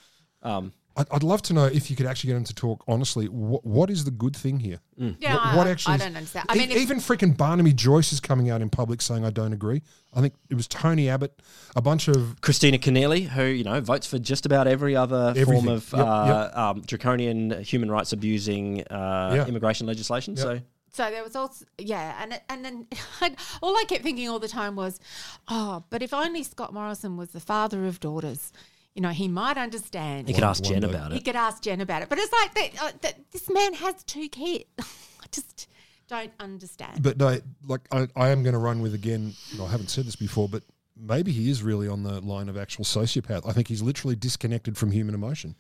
F: I'd, I'd love to know if you could actually get him to talk honestly. What, what is the good thing here?
J: Yeah,
F: Wh-
J: I-
F: what
J: I-
F: actually?
J: I
F: is-
J: don't understand. I
F: E-
J: mean, if-
F: even freaking Barnaby Joyce is coming out in public saying I don't agree. I think it was Tony Abbott, a bunch of
I: Christina Keneally, who you know votes for just about every other
F: Everything.
I: form of
F: Yep,
I: uh, Um, draconian human rights abusing uh,
F: Yeah.
I: immigration legislation. So
J: So there was also yeah, and it- and then I'd, all I kept thinking all the time was, oh, but if only Scott Morrison was the father of daughters, you know, he might understand.
I: you could ask Jen
F: day.
I: about
J: He
I: it.
J: could ask Jen about it, but it's like that, uh, that this man has two kids. I just don't understand.
F: but no, like I, I am going to run with again. and I haven't said this before, but maybe he is really on the line of actual sociopath. I think he's literally disconnected from human emotion.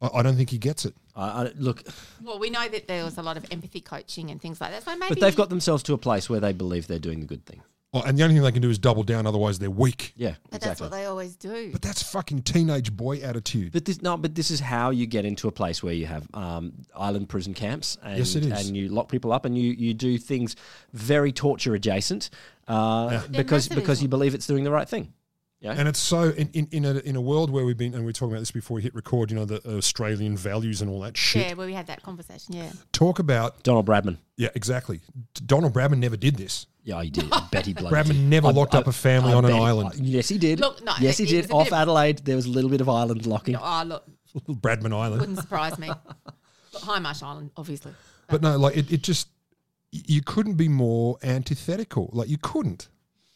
F: I, I don't think he gets it.
I: I, I, look,
J: well, we know that there was a lot of empathy coaching and things like that. So maybe,
I: but they've got themselves to a place where they believe they're doing the good thing.
F: Oh, and the only thing they can do is double down. Otherwise, they're weak.
I: Yeah,
J: But that's
I: exactly.
J: what they always do.
F: But that's fucking teenage boy attitude.
I: But this no, but this is how you get into a place where you have um, island prison camps, and,
F: Yes, it is.
I: and you lock people up, and you, you do things very torture adjacent, uh,
J: massive,
I: because because
J: isn't
I: you
J: it?
I: believe it's doing the right thing.
F: And it's so in, in, in, a, in a world where we've been, and we were talking about this before we hit record, you know, the Australian values and all that shit.
J: Yeah, where we had that conversation. Yeah,
F: Talk about,
I: Donald Bradman,
F: yeah, exactly. Donald Bradman never did this.
I: yeah, he did. I bet he bloody
F: Bradman
I: did.
F: never
I: I-
F: locked
I: I-
F: up a family
I: I
F: on an
I: bet-
F: island.
I: yes, he did.
J: Look, no,
I: yes, he
J: it- it was
I: did.
J: a
I: Off
J: bit of-
I: Adelaide, there was a little bit of island locking.
J: oh look,
F: Bradman Island.
J: wouldn't surprise me. But High Marsh Island, obviously.
F: But no, like, it, it just, y- you couldn't be more antithetical. Like, you couldn't.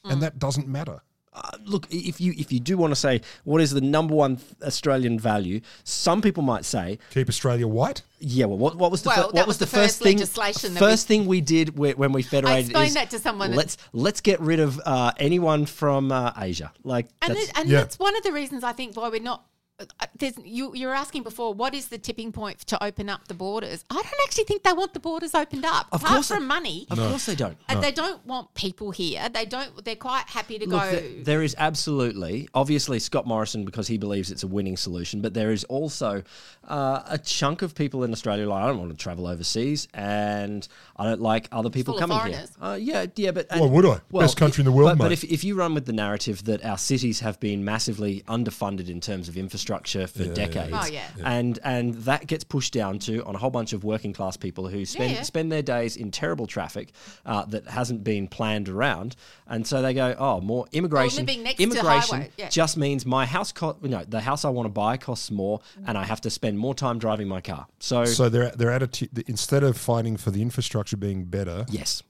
J: Mm.
F: And that doesn't matter.
I: Uh, look, i- if you if you do want to say what is the number one Australian value, some people might say
F: Keep Australia white.
I: Yeah, well, what, what was the
J: Well,
I: fir-
J: that
I: what was the first, thing?
J: legislation that
I: first thing we did whe- when we federated.
J: explained
I: is
J: that to someone and-
I: Let's let's get rid of uh, anyone from uh, Asia. Like
J: And,
I: that's,
J: it, and
F: Yeah.
J: that's one of the reasons I think why we're not. uh, There's, you, you were asking before, what is the tipping point to open up the borders? I don't actually think they want the borders opened up.
I: Of
J: apart
I: course
J: from
I: they-
J: money,
I: of course they don't.
J: and they don't want people here. They don't. They're quite happy to
I: Look,
J: go.
I: th- there is absolutely, obviously, Scott Morrison because he believes it's a winning solution, but there is also uh, a chunk of people in Australia like I don't want to travel overseas, and I don't like other people
J: full of
I: coming
J: foreigners.
I: here. Uh, yeah, yeah, but
F: Why would I? Best country in the world,
I: But, but
F: mate.
I: if, if you run with the narrative that our cities have been massively underfunded in terms of infrastructure for decades,
J: Oh, yeah.
I: and and that gets pushed down to on a whole bunch of working class people who spend
J: yeah.
I: spend their days in terrible traffic uh, that hasn't been planned around, and so they go, oh, more immigration,
J: living next to
I: immigration
J: highway, yeah.
I: just means my house cost, you know, the house I want to buy costs more,
J: Mm.
I: and I have to spend more time driving my car. So,
F: So their, their attitude, instead of fighting for the infrastructure being better,
I: yes.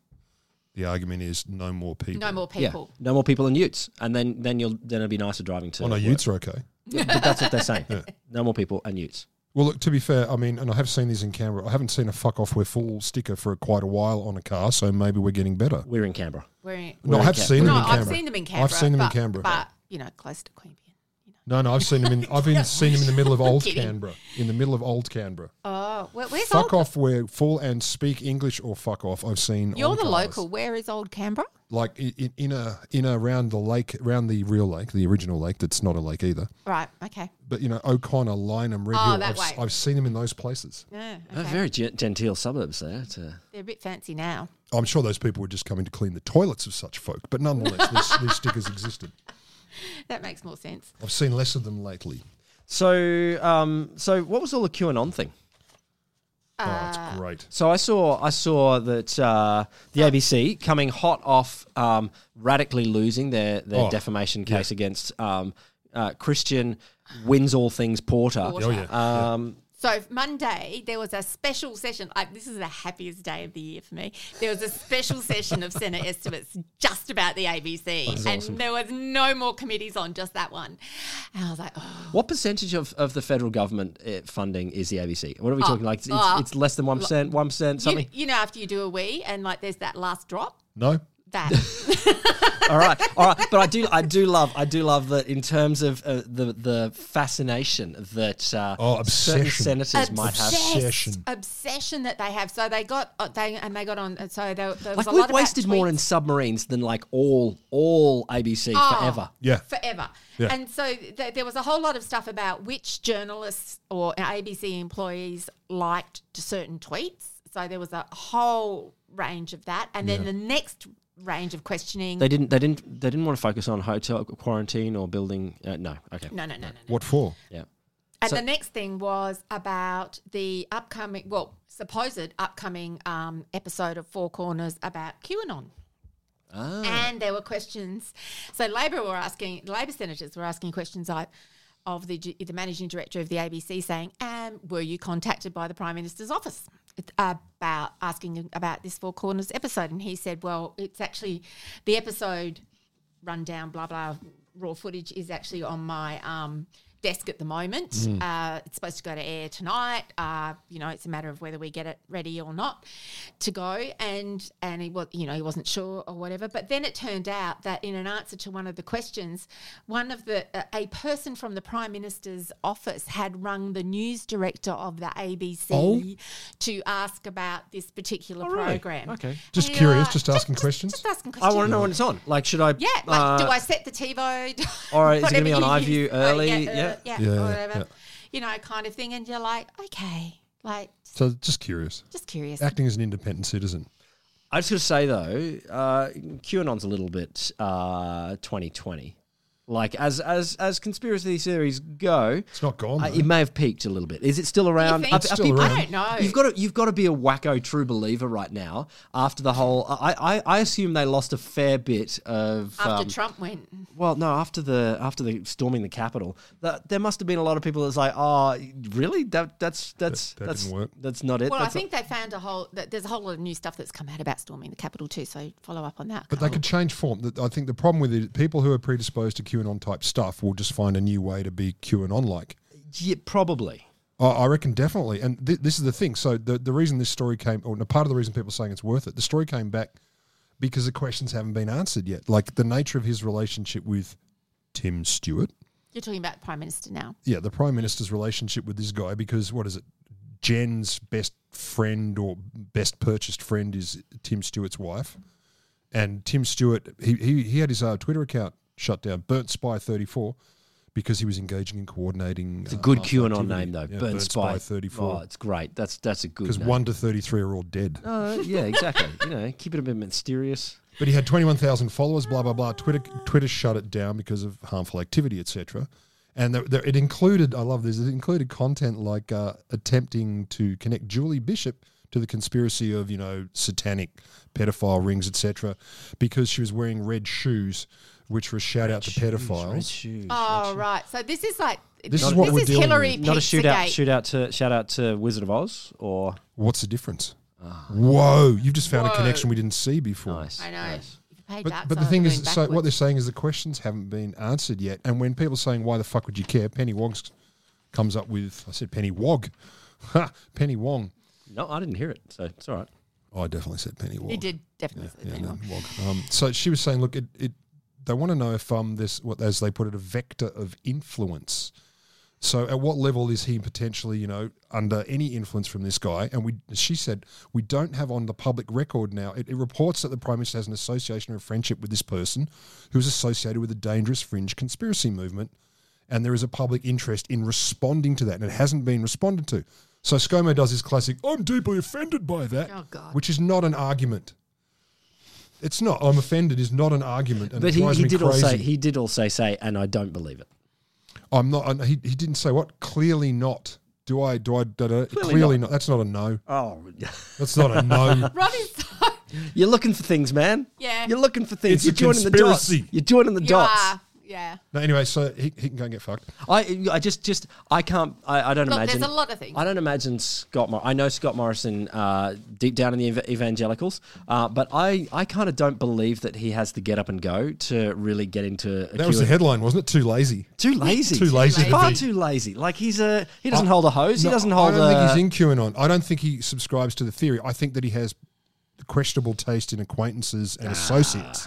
F: the argument is no more people.
J: no more
I: Yeah,
J: people.
I: no more people in Utes, and then then you'll then it'll be nicer driving to.
F: Oh, no,
I: work.
F: Utes are okay.
I: but that's what they're saying. No more people and Utes.
F: Well, look, to be fair, I mean, and I have seen these in Canberra. I haven't seen a fuck off we're full sticker for quite a while on a car, so maybe we're getting better.
I: We're in Canberra.
J: We're-
F: No, I have
I: Canberra.
J: no,
F: seen them in
J: I've
F: Canberra.
J: seen them in Canberra.
F: I've seen them
J: but-
F: in Canberra.
J: but you know, close to Queanbeyan.
F: no, no, I've seen them in. I've been seen them in the middle of old
J: kidding.
F: Canberra. In the middle of old Canberra.
J: Oh, where, where's
F: fuck
J: old?
F: off, we're full and speak English or fuck off. I've seen.
J: You're
F: on
J: the
F: cars.
J: local. Where is old Canberra?
F: Like in, in, in a in a around the lake, around the real lake, the original lake that's not a lake either.
J: Right. Okay.
F: But you know, O'Connor, Lyneham, Red
J: Oh,
F: Hill.
J: that
F: I've, s-
J: way.
F: I've seen them in those places.
J: Yeah.
I: They're
J: Okay.
I: Very gen- genteel suburbs there. to-
J: They're a bit fancy now.
F: I'm sure those people were just coming to clean the toilets of such folk, but nonetheless, these, these stickers existed.
J: That makes more sense.
F: I've seen less of them lately.
I: So, um, so what was all the QAnon thing?
F: oh,
J: Uh,
F: it's great.
I: So I saw I saw that uh, the ABC coming hot off um, radically losing their their
F: Oh,
I: defamation case against um, uh, Christian wins all things Porter.
J: Porter. Oh, yeah.
I: Um,
J: So Monday there was a special session. I, this is the happiest day of the year for me. There was a special session of Senate estimates just about the ABC, and there was no more committees on just that one. And I was like, oh,
I: What percentage of, of the federal government uh, funding is the ABC? What are we talking like? It's, it's,
J: oh,
I: it's less than one percent, one percent,
J: you,
I: something.
J: you know, after you do a wee, and like there's that last drop.
F: No,
J: that.
I: All right, all right, but I do, I do love, I do love that in terms of uh, the the fascination that uh,
F: Oh,
I: certain
F: obsession.
I: senators might have.
J: Obsessed.
F: Obsession.
J: Obsession that they have. So they got uh, they and they got on. uh, So there, there was
I: Like
J: a lot
I: we've
J: of
I: wasted more in submarines than like all all ABC
J: Oh.
I: forever.
F: Yeah.
J: forever.
F: Yeah.
J: And so th- there was a whole lot of stuff about which journalists or ABC employees liked certain tweets. So there was a whole range of that, and then the next range of questioning.
I: They didn't. They didn't. They didn't want to focus on hotel quarantine or building. Uh, no. Okay.
J: no, no, no, no, no.
F: What for?
I: Yeah.
J: And
I: So-
J: the next thing was about the upcoming, well, supposed upcoming um, episode of Four Corners about QAnon. And there were questions. So Labor were asking, Labor senators were asking questions like, of the, the managing director of the ABC saying, um, were you contacted by the Prime Minister's office about asking about this Four Corners episode? And he said, well, it's actually the episode rundown, blah blah. Raw footage is actually on my um, desk at the moment.
F: Mm.
J: Uh, it's supposed to go to air tonight. Uh, you know, it's a matter of whether we get it ready or not to go. And and he was, you know, he wasn't sure or whatever. But then it turned out that in an answer to one of the questions, one of the uh, a person from the prime minister's office had rung the news director of the ABC
F: Oh.
J: to ask about this particular program.
I: Okay.
F: Just
J: And you're
F: curious,
J: like,
F: just asking questions.
J: Just asking questions.
I: I want to know when it's on. Like, should I?
J: Yeah, like, do
I: uh,
J: I set the TiVo?
I: or is it gonna
J: Whatever
I: be on
J: you
I: iView
J: use. Oh,
I: early?
J: yeah,
I: Yeah.
J: uh, yeah,
F: Yeah,
J: or whatever.
F: yeah.
J: You know, kind of thing. And you're like, okay, like,
F: So just curious.
J: just curious.
F: Acting as an independent citizen.
I: I just got to say though, uh, QAnon's a little bit uh, 2020. Like as as as conspiracy theories go,
F: It's not gone.
I: uh,
F: though.
I: it may have peaked a little bit. Is it still around?
J: think? It's
I: pe-
F: still
I: people-
F: around.
J: I don't know.
I: You've got to you've got to be a wacko true believer right now. After the whole, I I, I assume they lost a fair bit of
J: After
I: um,
J: Trump went,
I: Well, no, after the after the storming the Capitol, th- there must have been a lot of people that's like, oh, really? That that's that's
F: that
I: that's
F: didn't work.
I: that's not it.
J: well, I
I: that's
J: think they found a whole. that There's a whole lot of new stuff that's come out about storming the Capitol too. So follow up on that.
F: But they could change form. That- I think the problem with it, people who are predisposed to QAnon type stuff will just find a new way to be QAnon like.
I: not- yeah, probably.
F: I I reckon definitely. And th- this is the thing. So the, the reason this story came, or no, part of the reason people are saying it's worth it, the story came back because the questions haven't been answered yet. Like the nature of his relationship with Tim Stewart.
J: You're talking about Prime Minister now.
F: Yeah, the Prime Minister's relationship with this guy because what is it? Jen's best friend or best purchased friend is Tim Stewart's wife. And Tim Stewart, he, he, he had his uh, Twitter account shut down, Burnt Spy 34, because he was engaging in coordinating. uh,
I: It's a good QAnon name though. Burn Spy.
F: Thirty
I: Oh,
F: Four.
I: it's great. That's that's a good.
F: Because
I: name.
F: one to thirty three are all dead.
I: Uh, yeah, exactly. you know, keep it a bit mysterious.
F: But he had twenty one thousand followers. Blah blah blah. Twitter Twitter shut it down because of harmful activity, etc. And there, there, it included, I love this. It included content like uh, attempting to connect Julie Bishop to the conspiracy of you know satanic pedophile rings, etc. Because she was wearing red shoes, which were a shout out to pedophiles.
J: Oh right. So this is like
F: This is what we're dealing
J: Hillary
F: with.
I: Not a shootout.
J: Pizzagate.
I: Shootout to shout out to Wizard of Oz or
F: What's the difference? Whoa! You've just found a
J: Whoa.
F: connection we didn't see before.
I: nice.
J: I know.
I: nice.
J: If you pay
F: But,
J: dark
F: but the
J: side,
F: thing
J: you're
F: is,
J: going
F: so what
J: backwards.
F: they're saying is the questions haven't been answered yet. And when people are saying, why the fuck would you care? Penny Wong's comes up with, I said Penny Wog. Ha, Penny Wong.
I: No, I didn't hear it, so it's all right.
F: Oh, I definitely said Penny Wong.
J: You did definitely. say
F: Yeah,
J: that
F: no,
J: one.
F: Wog. Um, so she was saying, look, it, it they want to know if um, this, what as they put it, a vector of influence. So at what level is he potentially, you know, under any influence from this guy? And we, she said, we don't have on the public record now. It, it reports that the prime minister has an association or friendship with this person, who is associated with a dangerous fringe conspiracy movement, and there is a public interest in responding to that, and it hasn't been responded to. So ScoMo does his classic, "I'm deeply offended by that,"
J: Oh, God.
F: which is not an argument. It's not. I'm offended is not an argument, and
I: But
F: it
I: he,
F: drives
I: he
F: me
I: did
F: crazy.
I: also he did also say, and I don't believe it.
F: I'm not. I, he, he didn't say what. Clearly not. Do I? Do I? Da, da, clearly not. That's not a no.
I: Oh,
F: That's not a no.
J: Rob is so.
I: You're looking for things, man.
J: Yeah.
I: You're looking for things.
F: It's
I: You're
F: a
I: joining the
F: conspiracy.
I: dots. You're joining the
J: You
I: dots.
J: are. Yeah.
F: no. Anyway, so he, he can go and get fucked.
I: I, I just, just, I can't. I, I don't
J: Look, there's
I: imagine.
J: a lot of things.
I: I don't imagine Scott. Mor- I know Scott Morrison uh, deep down in the ev- evangelicals, uh, but I, I kind of don't believe that he has the get up and go to really get into. A
F: That was the
I: Q-
F: headline, wasn't it? Too lazy.
I: Too lazy.
F: Too lazy to
I: Far
F: be.
I: too lazy. Like he's a. He doesn't
F: I-
I: hold a hose.
F: No,
I: he doesn't hold
F: I don't
I: a.
F: think he's in QAnon. I don't think he subscribes to the theory. I think that he has questionable taste in acquaintances
I: Ah.
F: and associates.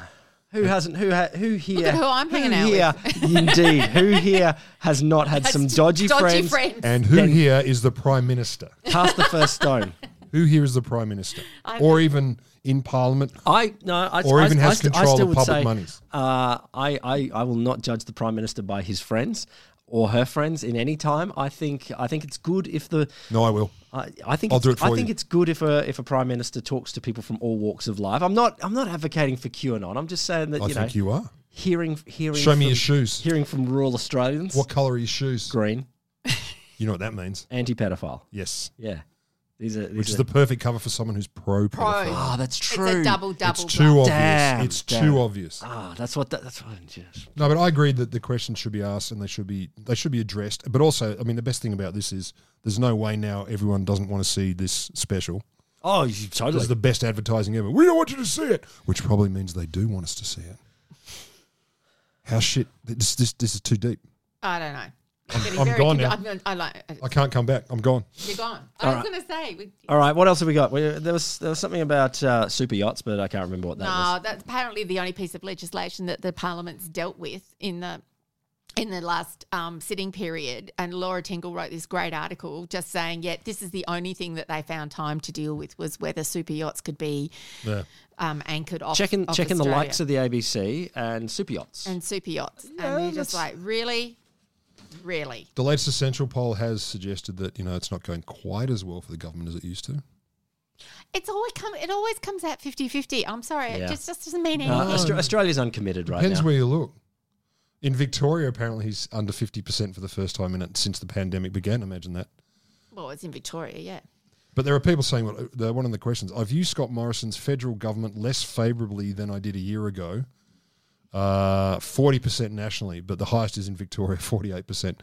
I: Who hasn't? Who ha- who here?
J: at who I'm hanging out
I: here, indeed. Who here has not had some dodgy,
J: Dodgy
I: friends?
J: friends.
F: And who here is the prime minister?
I: Pass the first stone.
F: Who here is the prime minister? or even in parliament?
I: I no. I,
F: Or
I: I-
F: even
I: I
F: has
I: st- I
F: control
I: still
F: of
I: would
F: public
I: say,
F: monies.
I: Uh, I, I I will not judge the prime minister by his friends or her friends in any time. I think I think it's good if the
F: No, I will.
I: I, I think
F: I'll
I: it's,
F: do it for
I: I think
F: you.
I: it's good if a if a prime minister talks to people from all walks of life. I'm not I'm not advocating for QAnon. I'm just saying that
F: I
I: you know
F: think you are.
I: hearing hearing
F: Show me
I: from-
F: your shoes.
I: hearing from rural Australians.
F: What colour are your shoes?
I: green
F: You know what that means.
I: anti pedophile?
F: Yes.
I: Yeah, these are these
F: Which
I: are,
F: is the perfect cover for someone who's pro pedophile.
I: oh that's true.
J: It's a double double.
F: It's too obvious.
I: Damn,
F: it's
I: damn.
F: too obvious.
I: Ah, that's what that, that's what. Yes.
F: No, but I agree that the questions should be asked and they should be they should be addressed. But also, I mean, the best thing about this is there's no way now everyone doesn't want to see this special.
I: Oh, you
F: This
I: totally.
F: is the best advertising ever. We don't want you to see it, which probably means they do want us to see it. How shit! This this this is too deep.
J: I don't know. I'm, getting
F: I'm
J: very
F: gone now.
J: confu- I'm- I like.
F: I can't come back. I'm gone.
J: You're gone.
I: All
J: I was
I: right.
J: going to say. We,
I: All right, what else have we got? We, there was there was something about uh, super yachts, but I can't remember what that was.
J: no, that's apparently the only piece of legislation that the parliament's dealt with in the in the last um, sitting period. And Laura Tingle wrote this great article just saying, yeah, this is the only thing that they found time to deal with was whether super yachts could be
F: Yeah.
J: um, anchored off.
I: Checking
J: off
I: checking the
J: Australia.
I: likes of the ABC and super yachts.
J: and super yachts, and you're just like, really, really.
F: The latest essential poll has suggested that you know it's not going quite as well for the government as it used to.
J: It's always come. It always comes out 50-50. I'm sorry,
I: Yeah.
J: it just, just doesn't mean
I: Uh,
J: anything.
I: Austra- Australia's uncommitted right
F: Oh. Depends
I: now.
F: where you look. In Victoria, apparently he's under fifty percent for the first time in it since the pandemic began. Imagine that.
J: well, it's in Victoria, yeah.
F: But there are people saying what the, one of the questions. I view Scott Morrison's federal government less favourably than I did a year ago. Uh, Forty percent nationally, but the highest is in Victoria, forty-eight percent.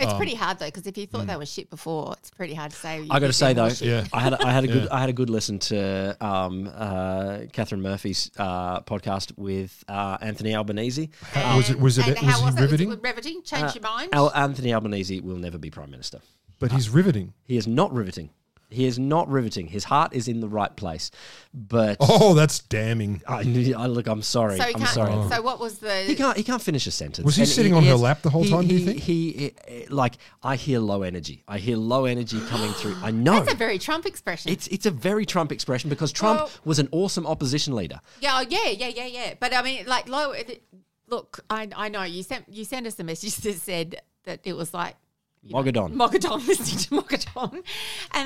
J: It's pretty hard though, because if you thought they were shit before, it's pretty hard to say. you
I: Um, hmm. I got to
J: think
I: say
J: they're
I: though,
J: more shit.
F: Yeah.
I: I had a, I had a good I had a good listen to um, uh, Catherine Murphy's uh, podcast with uh, Anthony Albanese.
F: Uh, was it was it
J: And
F: was
J: how
F: he
J: was it?
F: riveting?
J: Was it riveting? Change your mind.
I: uh, Al- Anthony Albanese will never be prime minister.
F: but he's riveting.
I: He is not riveting. He is not riveting. His heart is in the right place, but
F: Oh, that's damning.
I: I, I- look, I'm sorry.
J: so he
I: I'm
J: can't.
I: sorry.
J: So what was the?
I: He can't. He can't finish a sentence.
F: Was he sitting on her lap the whole
I: he-
F: time, do you
I: he-
F: think?
I: He, he- like I hear low energy. I hear low energy coming through. I know.
J: That's a very Trump expression.
I: it's it's a very Trump expression because Trump
J: Well-
I: was an awesome opposition leader.
J: yeah, oh, yeah, yeah, yeah, yeah. But I mean, like, low. it- Look, I, I know you sent you sent us a message that said that it was like
I: Mogadon.
J: Mogadon, listening to Mogadon, and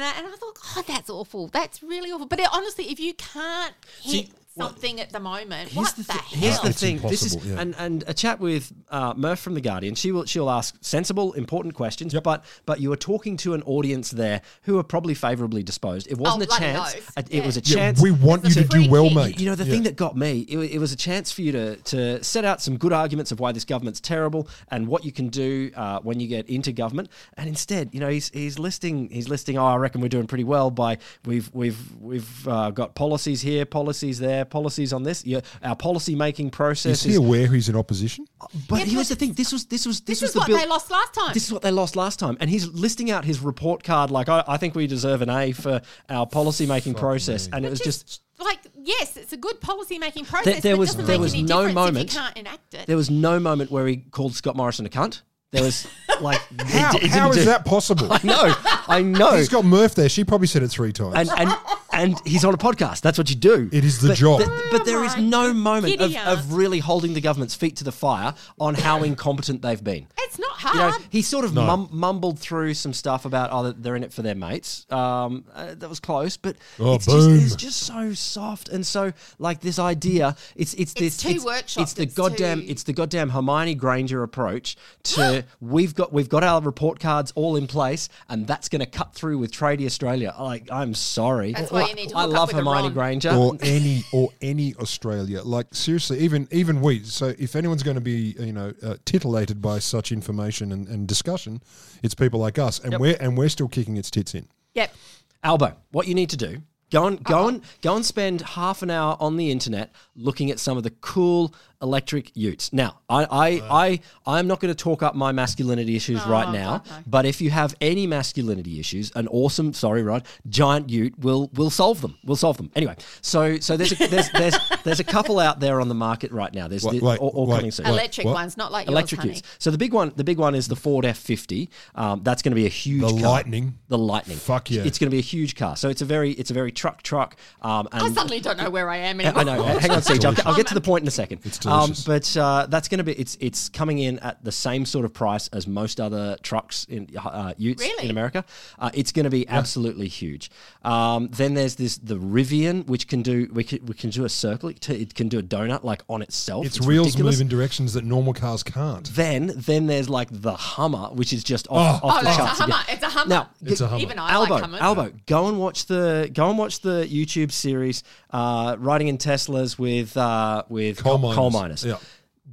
J: I, and I thought, God, that's awful. That's really awful. But it, honestly, if you can't
I: See,
J: hit
I: well,
J: something at the moment,
I: Here's
J: what
I: the,
J: the,
I: thi-
J: hell?
I: here's the
F: It's
I: thing. This is
F: impossible, yeah.
I: and, and a chat with uh, Murph from the Guardian. She will she'll ask sensible, important questions. But but you are talking to an audience there who are probably favourably disposed. It wasn't a
J: Oh, bloody
I: chance.
J: oath.
I: It
J: Yeah.
I: was a
F: Yeah,
I: chance.
F: we want you
J: It's a
F: to do
J: free
F: well,
J: kick.
F: mate.
I: You know, the
F: Yeah.
I: thing that got me, it, wa- it was a chance for you to, to set out some good arguments of why this government's terrible and what you can do uh, when you get into government. And instead, you know, he's, he's listing he's listing. Oh, I reckon we're doing pretty well by we've we've we've uh, got policies here, policies there, policies on this. Yeah, our policy making process.
F: Is he
I: is,
F: aware he's in opposition?
I: but
J: Yeah,
I: here's
J: but
I: the thing. This was this was this,
J: This
I: was
J: is
I: the
J: what
I: bill.
J: they lost last time.
I: This is what they lost last time, and he's listing out his report card like I, I think we deserve an A for our policy making process, and it was just
J: like yes, it's a good policy making process.
I: there
J: but
I: was-
J: it doesn't
I: there
J: make
I: was
J: any
I: no
J: difference
I: moment-
J: If you can't enact it.
I: There was no moment where he called Scott Morrison a cunt. There was like
F: How,
I: he d- he
F: how
I: didn't
F: is
I: do-
F: that possible?
I: I know, I know.
F: he's got Murph there. She probably said it three times.
I: and and and he's on a podcast. That's what you do.
F: It is the job.
I: th- but there is no moment of,
J: giddy aunt.
I: of really holding the government's feet to the fire on how incompetent they've been.
J: it's not
I: You know,
J: hard.
I: he sort of mum, mumbled through some stuff about oh that they're in it for their mates. Um, uh, that was close, but
F: Oh,
I: it's, just,
F: boom.
I: it's just so soft and so like this idea. It's it's this
J: too workshopped,
I: It's the
J: it's
I: goddamn
J: too-
I: it's the goddamn Hermione Granger approach to we've got we've got our report cards all in place and that's going to cut through with Tradie Australia. Like I'm sorry, Oh,
J: That's why you need to
I: I
J: hook up
I: love
J: with a
I: Hermione
J: Ron.
I: Granger.
F: or any or any Australia. Like seriously, even even we. So if anyone's going to be you know uh, titillated by such information and, and discussion, it's people like us, and we're and we're still kicking its tits in.
J: yep.
I: Albo, what you need to do. Go and go and go and spend half an hour on the internet looking at some of the cool electric utes. Now, I I I I'm not going to talk up my masculinity issues right now, but if you have any masculinity issues, an awesome sorry, right, giant ute will will solve them. Will solve them. Anyway, so so there's a, there's there's there's a couple out there on the market right now. There's
F: Wait,
I: the-
F: wait,
I: all, all
F: wait,
I: coming soon.
F: wait.
J: Electric
F: what?
J: ones, not like
I: Electric
J: yours, honey.
I: utes. So the big one, the big one is the Ford F fifty. Um, that's going to be a huge
F: The
I: car.
F: Lightning.
I: The lightning.
F: Fuck yeah.
I: It's going to be a huge car. So it's a very it's a very truck truck. Um, and
J: I suddenly don't know where I am anymore.
I: I know. Hang on, Siege. I'll, I'll get to the point in a second. It's
F: delicious.
I: but uh, that's going to be it's it's coming in at the same sort of price as most other trucks in uh, Utes in
J: Really?
I: America. Uh, it's going to be absolutely huge. Um, then there's this the Rivian, which can do we can, we can do a circle. It, it can do a donut like on itself.
F: Its,
I: Oh,
F: wheels
I: ridiculous.
F: move in directions that normal cars can't.
I: Then, then there's like the Hummer, which is just off,
F: Oh.
I: off
J: Oh,
I: the
J: that's a
I: charts.
J: Hummer.
I: again.
J: It's a Hummer.
I: Now,
F: It's a Hummer.
J: Even I
I: Albo,
J: like Hummers.
I: Albo, go and watch the go and watch the YouTube series, uh, riding in Teslas with uh, with
F: Coal
I: coal,
F: miners.
I: coal miners.
F: Yeah.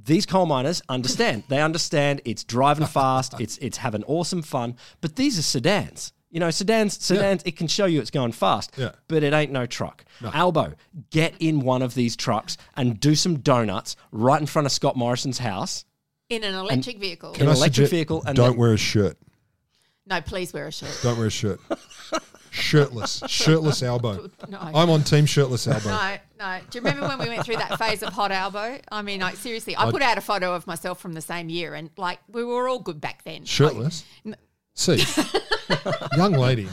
I: These coal miners understand. They understand it's driving fast. It's it's having awesome fun. But these are sedans. You know, sedans, sedans. It can show you it's going fast,
F: Yeah.
I: but it ain't no truck. Albo, get in one of these trucks and do some donuts right in front of Scott Morrison's house.
J: In an electric vehicle.
I: An electric vehicle and
F: don't
I: then-
F: wear a shirt.
J: no, please wear a shirt.
F: Don't wear a shirt. shirtless, shirtless elbow.
J: No.
F: I'm on team shirtless elbow.
J: No, no. Do you remember when we went through that phase of hot elbow? I mean, like seriously, I put out a photo of myself from the same year, and like we were all good back then.
F: Shirtless. See, young lady.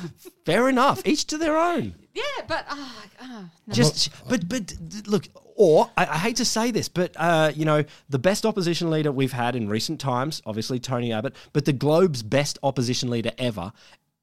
I: Fair enough. Each to their own.
J: Yeah, but ah, ah, no.
I: Just, but, but d- look, or I, I hate to say this, but uh, you know, the best opposition leader we've had in recent times, obviously Tony Abbott, but the globe's best opposition leader ever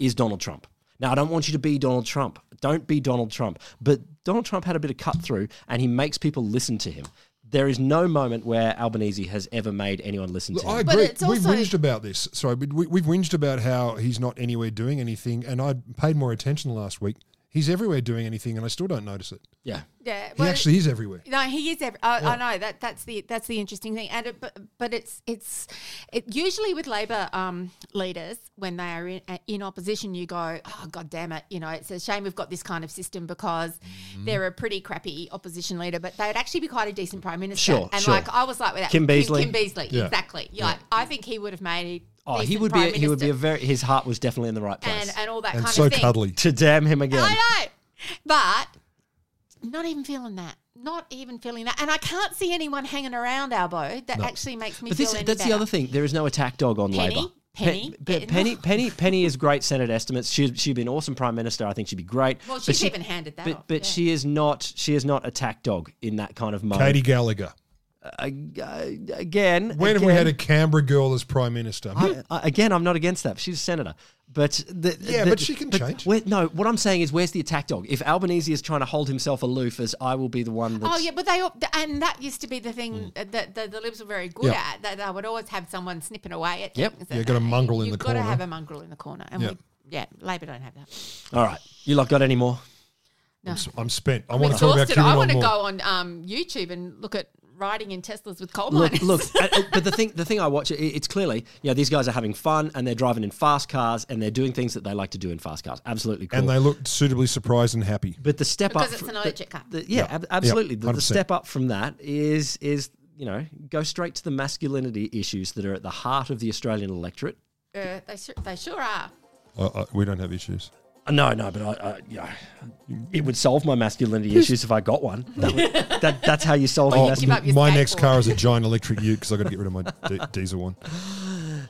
I: is Donald Trump. Now, I don't want you to be Donald Trump. Don't be Donald Trump. But Donald Trump had a bit of cut through, and he makes people listen to him. There is no moment where Albanese has ever made anyone listen to
F: I
I: him.
F: agree.
J: But it's
F: we've
J: also-
F: whinged about this. Sorry, but we, we've whinged about how he's not anywhere doing anything, and I paid more attention last week. He's everywhere doing anything, and I still don't notice it.
I: Yeah.
J: yeah,
F: He
J: well,
F: actually is everywhere.
J: No, he is. Every, I, I know that. That's the that's the interesting thing. And it, but but it's it's it, usually with Labor um, leaders when they are in, uh, in opposition, you go, oh god damn it, you know, it's a shame we've got this kind of system because
I: Mm-hmm.
J: they're a pretty crappy opposition leader, but they'd actually be quite a decent prime minister.
I: Sure,
J: and
I: sure.
J: like I was like with that
I: Kim Beazley?
J: Kim, Beasley,
F: Yeah.
J: exactly. Yeah, I think he would have made. a
I: Oh, he
J: decent
I: would be. A,
J: prime
I: he would be a
J: minister
I: very. His heart was definitely in the right place.
J: and and all that
F: And
J: kind
F: so
J: of thing.
F: cuddly.
I: to damn him again.
J: I know. But not even feeling that. Not even feeling that. And I can't see anyone hanging around Albo that actually makes me
I: But
J: feel
I: this,
J: any
I: that's the
J: better.
I: other thing. There is no attack dog on
J: Penny?
I: Labor.
J: Penny?
I: Pe- pe- Penny, Penny, Penny is great Senate estimates. She, she'd be an awesome prime minister. I think she'd be great.
J: Well,
I: But
J: she's
I: she-
J: even handed that
I: But,
J: off,
I: but
J: yeah.
I: she is not. She is not attack dog in that kind of mode.
F: Katie Gallagher.
I: again.
F: When
I: again,
F: have we had a Canberra girl as prime minister?
I: I- again, I'm not against that. She's a senator, but the,
F: Yeah,
I: the-
F: but she can change.
I: where- no, what I'm saying is, where's the attack dog? If Albanese is trying to hold himself aloof as I will be the one. That's, Mm.
J: Oh yeah, but they all, and that used to be the thing that the, the Libs were very good
F: Yeah.
J: at. That they would always have someone snipping away at.
I: Yep.
J: things
F: Yeah,
J: and
F: got a
J: that.
F: mongrel in
J: You've
F: the
J: got to
F: corner.
J: have a mongrel in the corner, and
F: Yeah.
J: we yeah, Labor don't have that.
I: All right, you lot got any more?
F: I'm, s- I'm spent. I
J: I'm
F: want to talk about
J: exhausted. I
F: QAnon
J: want to
F: more.
J: go on um, YouTube and look at riding in Teslas with coal
I: look,
J: miners.
I: look. uh, uh, but the thing, the thing I watch, it, it's clearly, you know, these guys are having fun and they're driving in fast cars and they're doing things that they like to do in fast cars. Absolutely cool.
F: And they looked suitably surprised and happy.
I: but the step up,
J: Because it's
I: fr-
J: an
I: the-
J: electric car.
I: the- yeah,
F: Yeah.
I: ab-
F: Yeah,
I: absolutely. The, the
F: 100%.
I: step up from that is is you know go straight to the masculinity issues that are at the heart of the Australian electorate.
J: Uh, they, sure, they sure are.
F: Uh, uh, we don't have issues.
I: Uh, No, no, but I, I you know, it would solve my masculinity issues if I got one. That would, that, that's how you solve
F: Oh,
I: your
J: Oh,
I: masculinity.
J: give up your
F: my next
J: skateboard.
F: car is a giant electric ute because I got to get rid of my d- diesel one.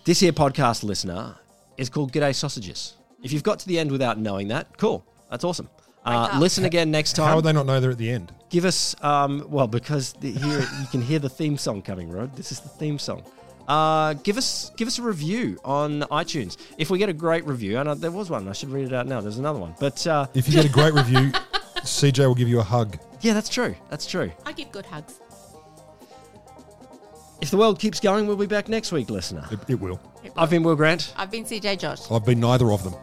I: This here podcast listener is called G'day Sausages. If you've got to the end without knowing that, cool. That's awesome. Uh, listen again next
F: How
I: time.
F: would they not know they're at the end?
I: Give us, um, well, because the, here you can hear the theme song coming, Rod. This is the theme song. Uh, give us give us a review on iTunes. If we get a great review, and uh, there was one, I should read it out now. There's another one, but uh,
F: If you get a great review, CJ will give you a hug.
I: yeah, that's true. That's true.
J: I give good hugs.
I: If the world keeps going, we'll be back next week, listener.
F: It, it will.
I: I've been Will Grant.
J: I've been CJ Josh.
F: I've been neither of them.